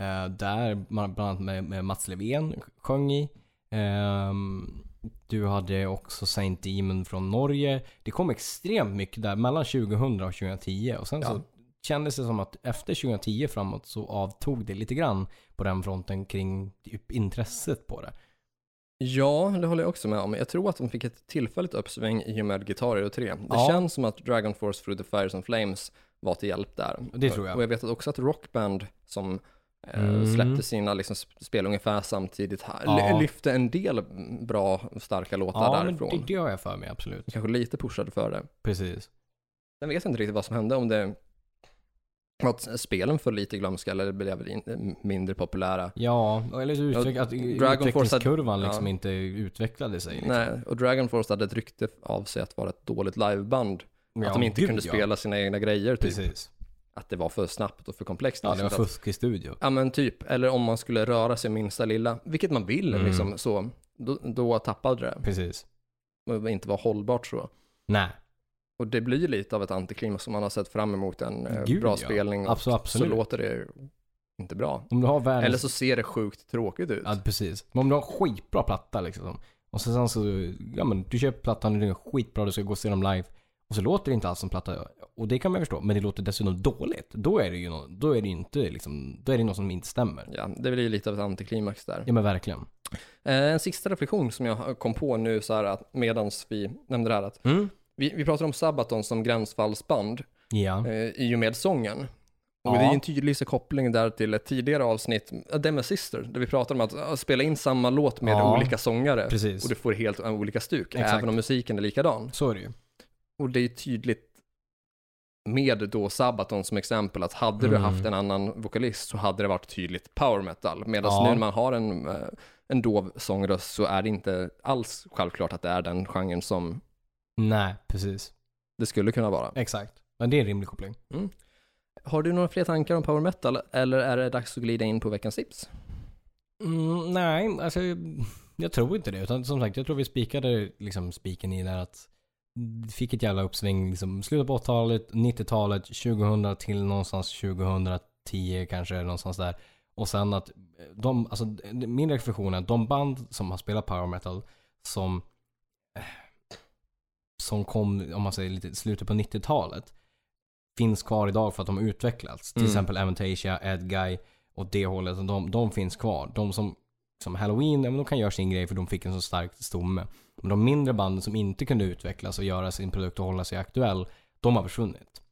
[SPEAKER 1] eh, där man bland annat med, med Mats Levén sjöng i. Ehm, du hade också Saint Demon från Norge. Det kom extremt mycket där mellan 2000 och 2010. Och sen så
[SPEAKER 2] Ja.
[SPEAKER 1] kändes det som att efter 2010 framåt så avtog det lite grann på den fronten kring typ intresset på det.
[SPEAKER 2] Ja, det håller jag också med om. Jag tror att de fick ett tillfälligt uppsving i och med Guitar Hero 3. Det
[SPEAKER 1] Ja.
[SPEAKER 2] känns som att Dragon Force Through the Fires and Flames var till hjälp där.
[SPEAKER 1] Det tror jag.
[SPEAKER 2] Och jag vet också att Rockband som eh,
[SPEAKER 1] Mm.
[SPEAKER 2] släppte sina liksom, sp- spel ungefär samtidigt här,
[SPEAKER 1] Ja.
[SPEAKER 2] ly- lyfte en del bra, starka låtar
[SPEAKER 1] Ja, men
[SPEAKER 2] därifrån.
[SPEAKER 1] det, det har jag för mig absolut.
[SPEAKER 2] Kanske lite pushade för det.
[SPEAKER 1] Precis.
[SPEAKER 2] Sen vet jag inte riktigt vad som hände, om det var att spelen föll lite i glömska eller blev in, eh, mindre populära.
[SPEAKER 1] Ja, eller så utveck- att
[SPEAKER 2] Dragon Force hade-
[SPEAKER 1] utvecklingskurvan liksom
[SPEAKER 2] ja.
[SPEAKER 1] inte utvecklade sig. Liksom.
[SPEAKER 2] Nej, och Dragon Force hade ett rykte av sig att vara ett dåligt liveband.
[SPEAKER 1] Ja,
[SPEAKER 2] Att de inte
[SPEAKER 1] gud,
[SPEAKER 2] kunde
[SPEAKER 1] ja.
[SPEAKER 2] spela sina egna grejer, typ.
[SPEAKER 1] Precis.
[SPEAKER 2] Att det var för snabbt och för komplext.
[SPEAKER 1] Ja, det
[SPEAKER 2] liksom,
[SPEAKER 1] var
[SPEAKER 2] att-
[SPEAKER 1] fusk i studio.
[SPEAKER 2] ja, men typ. Eller om man skulle röra sig minsta lilla, vilket man vill,
[SPEAKER 1] Mm.
[SPEAKER 2] liksom, så, då, då tappade det.
[SPEAKER 1] Precis.
[SPEAKER 2] Och det inte var hållbart så.
[SPEAKER 1] Nej,
[SPEAKER 2] Och det blir lite av ett antiklimax som man har sett fram emot en eh,
[SPEAKER 1] Gud,
[SPEAKER 2] bra
[SPEAKER 1] ja.
[SPEAKER 2] spelning. och
[SPEAKER 1] Abso- absolut.
[SPEAKER 2] Så låter det ju inte bra.
[SPEAKER 1] om du har världens...
[SPEAKER 2] Eller så ser det sjukt tråkigt ut.
[SPEAKER 1] Ja, precis. Men om du har en skitbra platta liksom. Och sen så, ja men du köper plattan och den är skitbra, du ska gå och se dem live. Och så låter det inte alls som platta. Och det kan man förstå. Men det låter dessutom dåligt. Då är det ju någon, då är det ju inte liksom, då är det något som inte stämmer.
[SPEAKER 2] Ja, det blir ju lite av ett antiklimax där.
[SPEAKER 1] Ja men verkligen.
[SPEAKER 2] Eh, en sista reflektion som jag kom på nu så här att medans vi nämnde det här att
[SPEAKER 1] Mm.
[SPEAKER 2] vi, vi pratar om Sabaton som gränsfallsband
[SPEAKER 1] Ja.
[SPEAKER 2] eh, i och med sången. Och
[SPEAKER 1] Ja.
[SPEAKER 2] det är ju en tydlig så koppling där till ett tidigare avsnitt, eh, Dem and Sister, där vi pratade om att eh, spela in samma låt med
[SPEAKER 1] Ja.
[SPEAKER 2] olika sångare.
[SPEAKER 1] Precis.
[SPEAKER 2] Och du får helt eh, olika stuk,
[SPEAKER 1] Exakt.
[SPEAKER 2] även om musiken är likadan.
[SPEAKER 1] Så är det ju.
[SPEAKER 2] Och det är tydligt med då Sabaton som exempel, att hade du
[SPEAKER 1] Mm.
[SPEAKER 2] haft en annan vokalist så hade det varit tydligt power metal. Medan
[SPEAKER 1] Ja.
[SPEAKER 2] nu när man har en, eh, en dov sångröst så är det inte alls självklart att det är den genren som
[SPEAKER 1] Nej, precis.
[SPEAKER 2] det skulle kunna vara.
[SPEAKER 1] Exakt. Men det är en rimlig koppling.
[SPEAKER 2] Har du några fler tankar om power metal eller är det dags att glida in på veckans tips?
[SPEAKER 1] Mm, nej, alltså jag- jag tror inte det. Utan som sagt, jag tror vi spikade liksom spiken i där att det fick ett jävla uppsving liksom slutet på 80-talet, 90-talet, 2000 till någonstans 2010 kanske någonstans där. Och sen att eh, de, alltså min reflektion är att de band som har spelat power metal som eh, som kom, om man säger lite slutet på 90-talet finns kvar idag för att de har utvecklats. Till
[SPEAKER 2] Mm.
[SPEAKER 1] exempel Aventasia, Edguy och det hållet. De, de finns kvar. De som, som Halloween, ja, men de kan göra sin grej för de fick en så stark stomme. Men de mindre banden som inte kunde utvecklas och göra sin produkt och hålla sig aktuell, de har försvunnit.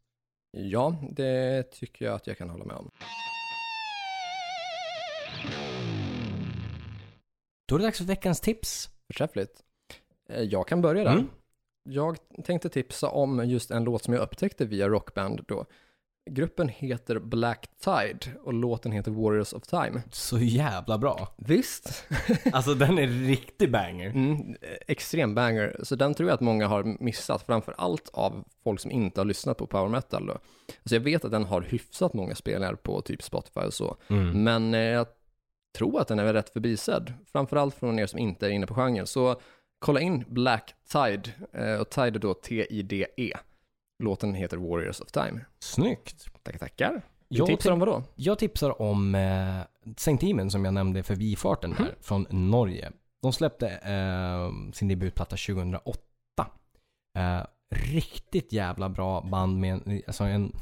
[SPEAKER 2] Ja, det tycker jag att jag kan hålla med om.
[SPEAKER 1] Då är det dags för veckans tips.
[SPEAKER 2] Förträffligt. Eh, Jag kan börja där.
[SPEAKER 1] Mm.
[SPEAKER 2] Jag tänkte tipsa om just en låt som jag upptäckte via Rockband då. Gruppen heter Black Tide och låten heter Warriors of Time.
[SPEAKER 1] Så jävla bra.
[SPEAKER 2] Visst?
[SPEAKER 1] Alltså den är riktig banger.
[SPEAKER 2] Mm, eh, extrem banger. Så den tror jag att många har missat, framför allt av folk som inte har lyssnat på power metal. Då. Alltså jag vet att den har hyfsat många spelningar på typ Spotify och så,
[SPEAKER 1] Mm.
[SPEAKER 2] men eh, jag tror att den är väl rätt förbisedd, framför allt från er som inte är inne på genren. Så kolla in Black Tide, eh, och Tide är då T-I-D-E. E. Låten heter Warriors of Time.
[SPEAKER 1] Snyggt.
[SPEAKER 2] Tackar, tackar.
[SPEAKER 1] Jag,
[SPEAKER 2] tipsar
[SPEAKER 1] tipsar,
[SPEAKER 2] om vadå?
[SPEAKER 1] jag tipsar om eh, Saint Demon som jag nämnde för bifarten där, från Norge. De släppte eh, sin debutplatta 2008. Eh, riktigt jävla bra band med en, alltså en,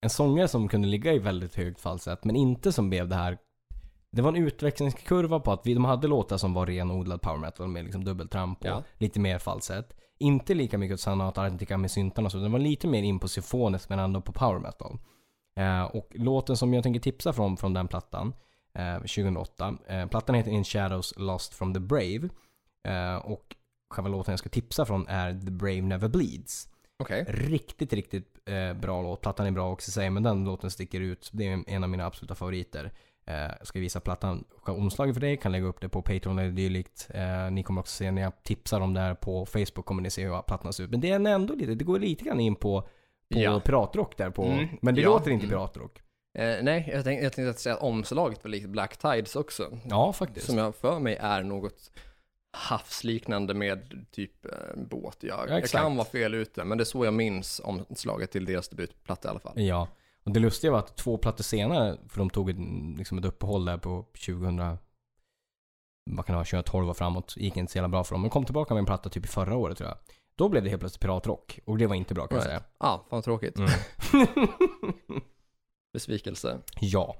[SPEAKER 1] en sångare som kunde ligga i väldigt högt falsett, men inte som blev det här det var en utvecklingskurva på att vi, de hade låtar som var renodlad power metal med liksom dubbeltramp och
[SPEAKER 2] Ja.
[SPEAKER 1] lite mer falsett. Inte lika mycket åt Sanna Antarctica med syntarna och så, den var lite mer in på symfoniskt men ändå på power metal. Eh, och låten som jag tänker tipsa från, från den plattan, eh, 2008, eh, plattan heter In Shadows Lost from the Brave. Eh, och själva låten jag ska tipsa från är The Brave Never Bleeds.
[SPEAKER 2] Okej.
[SPEAKER 1] Riktigt, riktigt eh, bra låt. Plattan är bra också säger men den låten sticker ut. Det är en av mina absoluta favoriter. Eh, jag ska visa plattan, omslaget för dig, kan lägga upp det på Patreon eller dylikt. Eh, ni kommer också se när jag tipsar om det här på Facebook kommer ni se hur plattan ser ut. Men det är ändå lite, det går lite grann in på, på
[SPEAKER 2] Ja.
[SPEAKER 1] piratrock där på,
[SPEAKER 2] Mm.
[SPEAKER 1] men det
[SPEAKER 2] Ja.
[SPEAKER 1] låter inte
[SPEAKER 2] Mm.
[SPEAKER 1] piratrock.
[SPEAKER 2] Eh, nej, jag tänkte, jag tänkte att säga att omslaget var likt Black Tides också.
[SPEAKER 1] Ja, faktiskt.
[SPEAKER 2] Som jag för mig är något havsliknande med typ eh, en båt. Jag, jag
[SPEAKER 1] exakt.
[SPEAKER 2] kan vara fel ute, men det är så jag minns omslaget till deras debutplatta i alla fall.
[SPEAKER 1] Ja. Och det lustiga var att två plattor senare, för de tog ett, liksom ett uppehåll där på 2000, vad kan det vara, 2012 och framåt. Gick inte så jävla bra för dem. Men kom tillbaka med en platta typ i förra året tror jag. Då blev det helt plötsligt piratrock. Och det var inte bra kan jag
[SPEAKER 2] Right.
[SPEAKER 1] säga.
[SPEAKER 2] Ah, fan vad tråkigt.
[SPEAKER 1] Mm.
[SPEAKER 2] Besvikelse.
[SPEAKER 1] ja.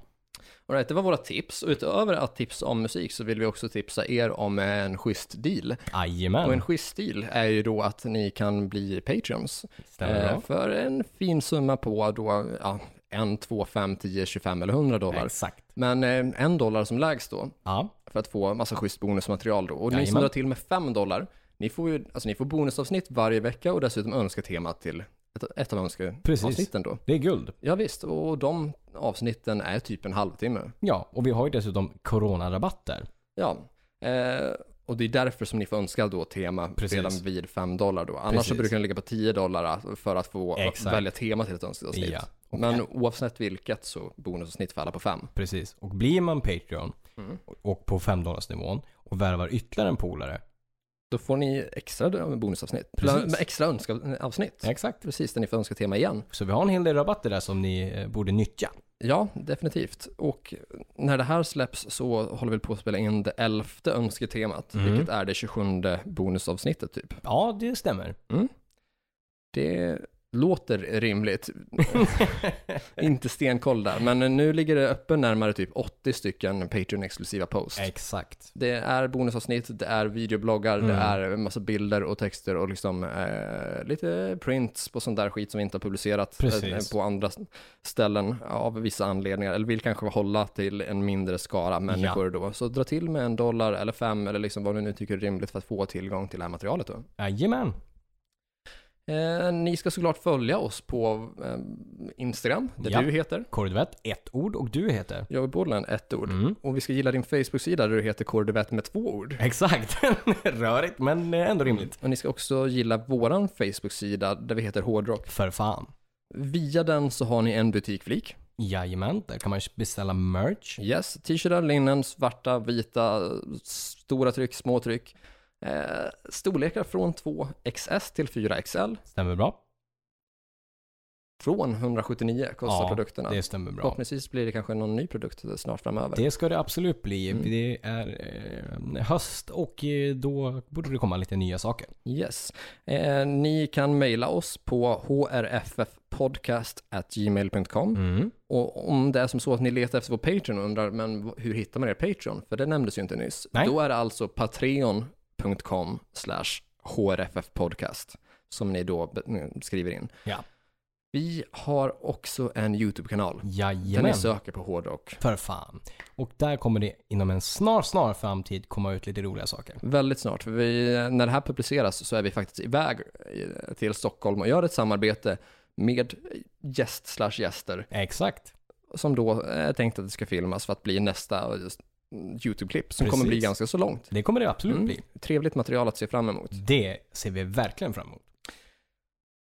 [SPEAKER 2] All right, det var våra tips. Och utöver att tipsa om musik så vill vi också tipsa er om en schysst deal. Och en
[SPEAKER 1] Jajamän.
[SPEAKER 2] schysst deal är ju då att ni kan bli Patreons.
[SPEAKER 1] Stämmer
[SPEAKER 2] Eh,
[SPEAKER 1] bra.
[SPEAKER 2] för en fin summa på då, ja, 1, 2, 5, 10, 25 eller 100 dollar.
[SPEAKER 1] Exakt.
[SPEAKER 2] Men eh, en dollar som lägst då,
[SPEAKER 1] Ja.
[SPEAKER 2] för att få massa schysst bonusmaterial då. Och ni som
[SPEAKER 1] Jajamän.
[SPEAKER 2] drar till med 5 dollar, ni får ju, alltså ni får bonusavsnitt varje vecka och dessutom önsketema till ett, ett av
[SPEAKER 1] Precis.
[SPEAKER 2] önskeavsnitten då.
[SPEAKER 1] Det är guld.
[SPEAKER 2] Ja visst, och de avsnitten är typ en halvtimme.
[SPEAKER 1] Ja. Och vi har ju dessutom coronarabatter.
[SPEAKER 2] Ja, eh, och det är därför som ni får önska då tema
[SPEAKER 1] Precis.
[SPEAKER 2] redan vid 5 dollar då. Annars så
[SPEAKER 1] Precis.
[SPEAKER 2] brukar den ligga på 10 dollar alltså, för att få
[SPEAKER 1] Exakt.
[SPEAKER 2] välja tema till ett önskeavsnitt.
[SPEAKER 1] Ja. Och-
[SPEAKER 2] Men oavsett vilket så bonusavsnitt för alla på 5.
[SPEAKER 1] Precis. Och blir man Patreon
[SPEAKER 2] Mm.
[SPEAKER 1] och på 5 nivån och värvar ytterligare en polare.
[SPEAKER 2] Då får ni extra bonusavsnitt.
[SPEAKER 1] Precis.
[SPEAKER 2] Eller, Extra önskeavsnitt.
[SPEAKER 1] Exakt.
[SPEAKER 2] Precis, där ni får önska tema igen.
[SPEAKER 1] Så vi har en hel del rabatter där som ni eh, borde nyttja.
[SPEAKER 2] Ja, definitivt. Och när det här släpps så håller vi på att spela in det elfte önsketemat,
[SPEAKER 1] Mm.
[SPEAKER 2] vilket är det 27 bonusavsnittet typ.
[SPEAKER 1] Ja, det stämmer.
[SPEAKER 2] Det låter rimligt. Inte stenkoll där, men nu ligger det öppen närmare typ 80 stycken Patreon-exklusiva posts.
[SPEAKER 1] Exakt.
[SPEAKER 2] Det är bonusavsnitt, det är videobloggar, det
[SPEAKER 1] Mm.
[SPEAKER 2] är en massa bilder och texter och liksom eh, lite prints på sånt där skit som vi inte har publicerat
[SPEAKER 1] Precis.
[SPEAKER 2] eh, på andra ställen av vissa anledningar. Eller vill kanske hålla till en mindre skara människor då. Så dra till med en dollar eller fem eller liksom vad du nu tycker är rimligt för att få tillgång till det här materialet då.
[SPEAKER 1] Jajamän.
[SPEAKER 2] Eh, ni ska såklart följa oss på eh, Instagram, där
[SPEAKER 1] Ja.
[SPEAKER 2] du heter.
[SPEAKER 1] Korvett, ett ord och du heter?
[SPEAKER 2] Joey Borderland, ett ord.
[SPEAKER 1] Mm.
[SPEAKER 2] Och vi ska gilla din Facebook-sida där du heter Kordevett med två ord.
[SPEAKER 1] Exakt. Rörigt men ändå rimligt.
[SPEAKER 2] Och ni ska också gilla våran Facebook-sida där vi heter Hårdrock.
[SPEAKER 1] För fan.
[SPEAKER 2] Via den så har ni en butikflik.
[SPEAKER 1] Jajamän, där kan man beställa merch.
[SPEAKER 2] Yes, t-shirtar, linnen, svarta, vita, stora tryck, små tryck. Eh, storlekar från 2XS till 4XL.
[SPEAKER 1] Stämmer bra.
[SPEAKER 2] Från 179 kostar
[SPEAKER 1] Ja,
[SPEAKER 2] produkterna.
[SPEAKER 1] Det stämmer bra.
[SPEAKER 2] Förhoppningsvis blir det kanske någon ny produkt snart framöver.
[SPEAKER 1] Det ska det absolut bli.
[SPEAKER 2] Mm.
[SPEAKER 1] Det är eh, höst och eh, då borde det komma lite nya saker.
[SPEAKER 2] Yes. Eh, ni kan mejla oss på hrffpodcast.gmail.com.
[SPEAKER 1] Mm.
[SPEAKER 2] Och om det är som så att ni letar efter vår Patreon och undrar, men v- hur hittar man er Patreon? För det nämndes ju inte nyss.
[SPEAKER 1] Nej.
[SPEAKER 2] Då är det alltså patreon.com slash hrffpodcast som ni då be- mm, skriver in.
[SPEAKER 1] Ja.
[SPEAKER 2] Vi har också en YouTube-kanal där
[SPEAKER 1] Jajamän.
[SPEAKER 2] ni söker på hårdrock.
[SPEAKER 1] För fan. Och där kommer det inom en snar, snar framtid komma ut lite roliga saker.
[SPEAKER 2] Väldigt snart, för vi, när det här publiceras så är vi faktiskt iväg eh, till Stockholm och gör ett samarbete med gäst slash gäster
[SPEAKER 1] Exakt.
[SPEAKER 2] som då eh, är tänkt att det ska filmas för att bli nästa eh, YouTube-klipp som kommer bli
[SPEAKER 1] Precis.
[SPEAKER 2] ganska så långt.
[SPEAKER 1] Det kommer det absolut
[SPEAKER 2] Mm.
[SPEAKER 1] bli.
[SPEAKER 2] Trevligt material att se fram emot.
[SPEAKER 1] Det ser vi verkligen fram emot.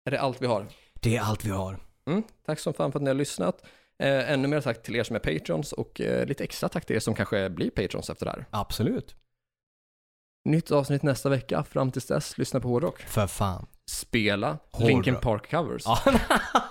[SPEAKER 2] Är det allt vi har?
[SPEAKER 1] Det är allt vi har.
[SPEAKER 2] Mm. Tack som fan för att ni har lyssnat. Eh, ännu mer tack till er som är patrons och eh, lite extra tack till er som kanske blir patrons efter det här.
[SPEAKER 1] Absolut.
[SPEAKER 2] Nytt avsnitt nästa vecka. Fram tills dess, lyssna på hårdrock.
[SPEAKER 1] För fan.
[SPEAKER 2] Spela
[SPEAKER 1] Hårdrock.
[SPEAKER 2] Linkin Park covers.
[SPEAKER 1] Ja.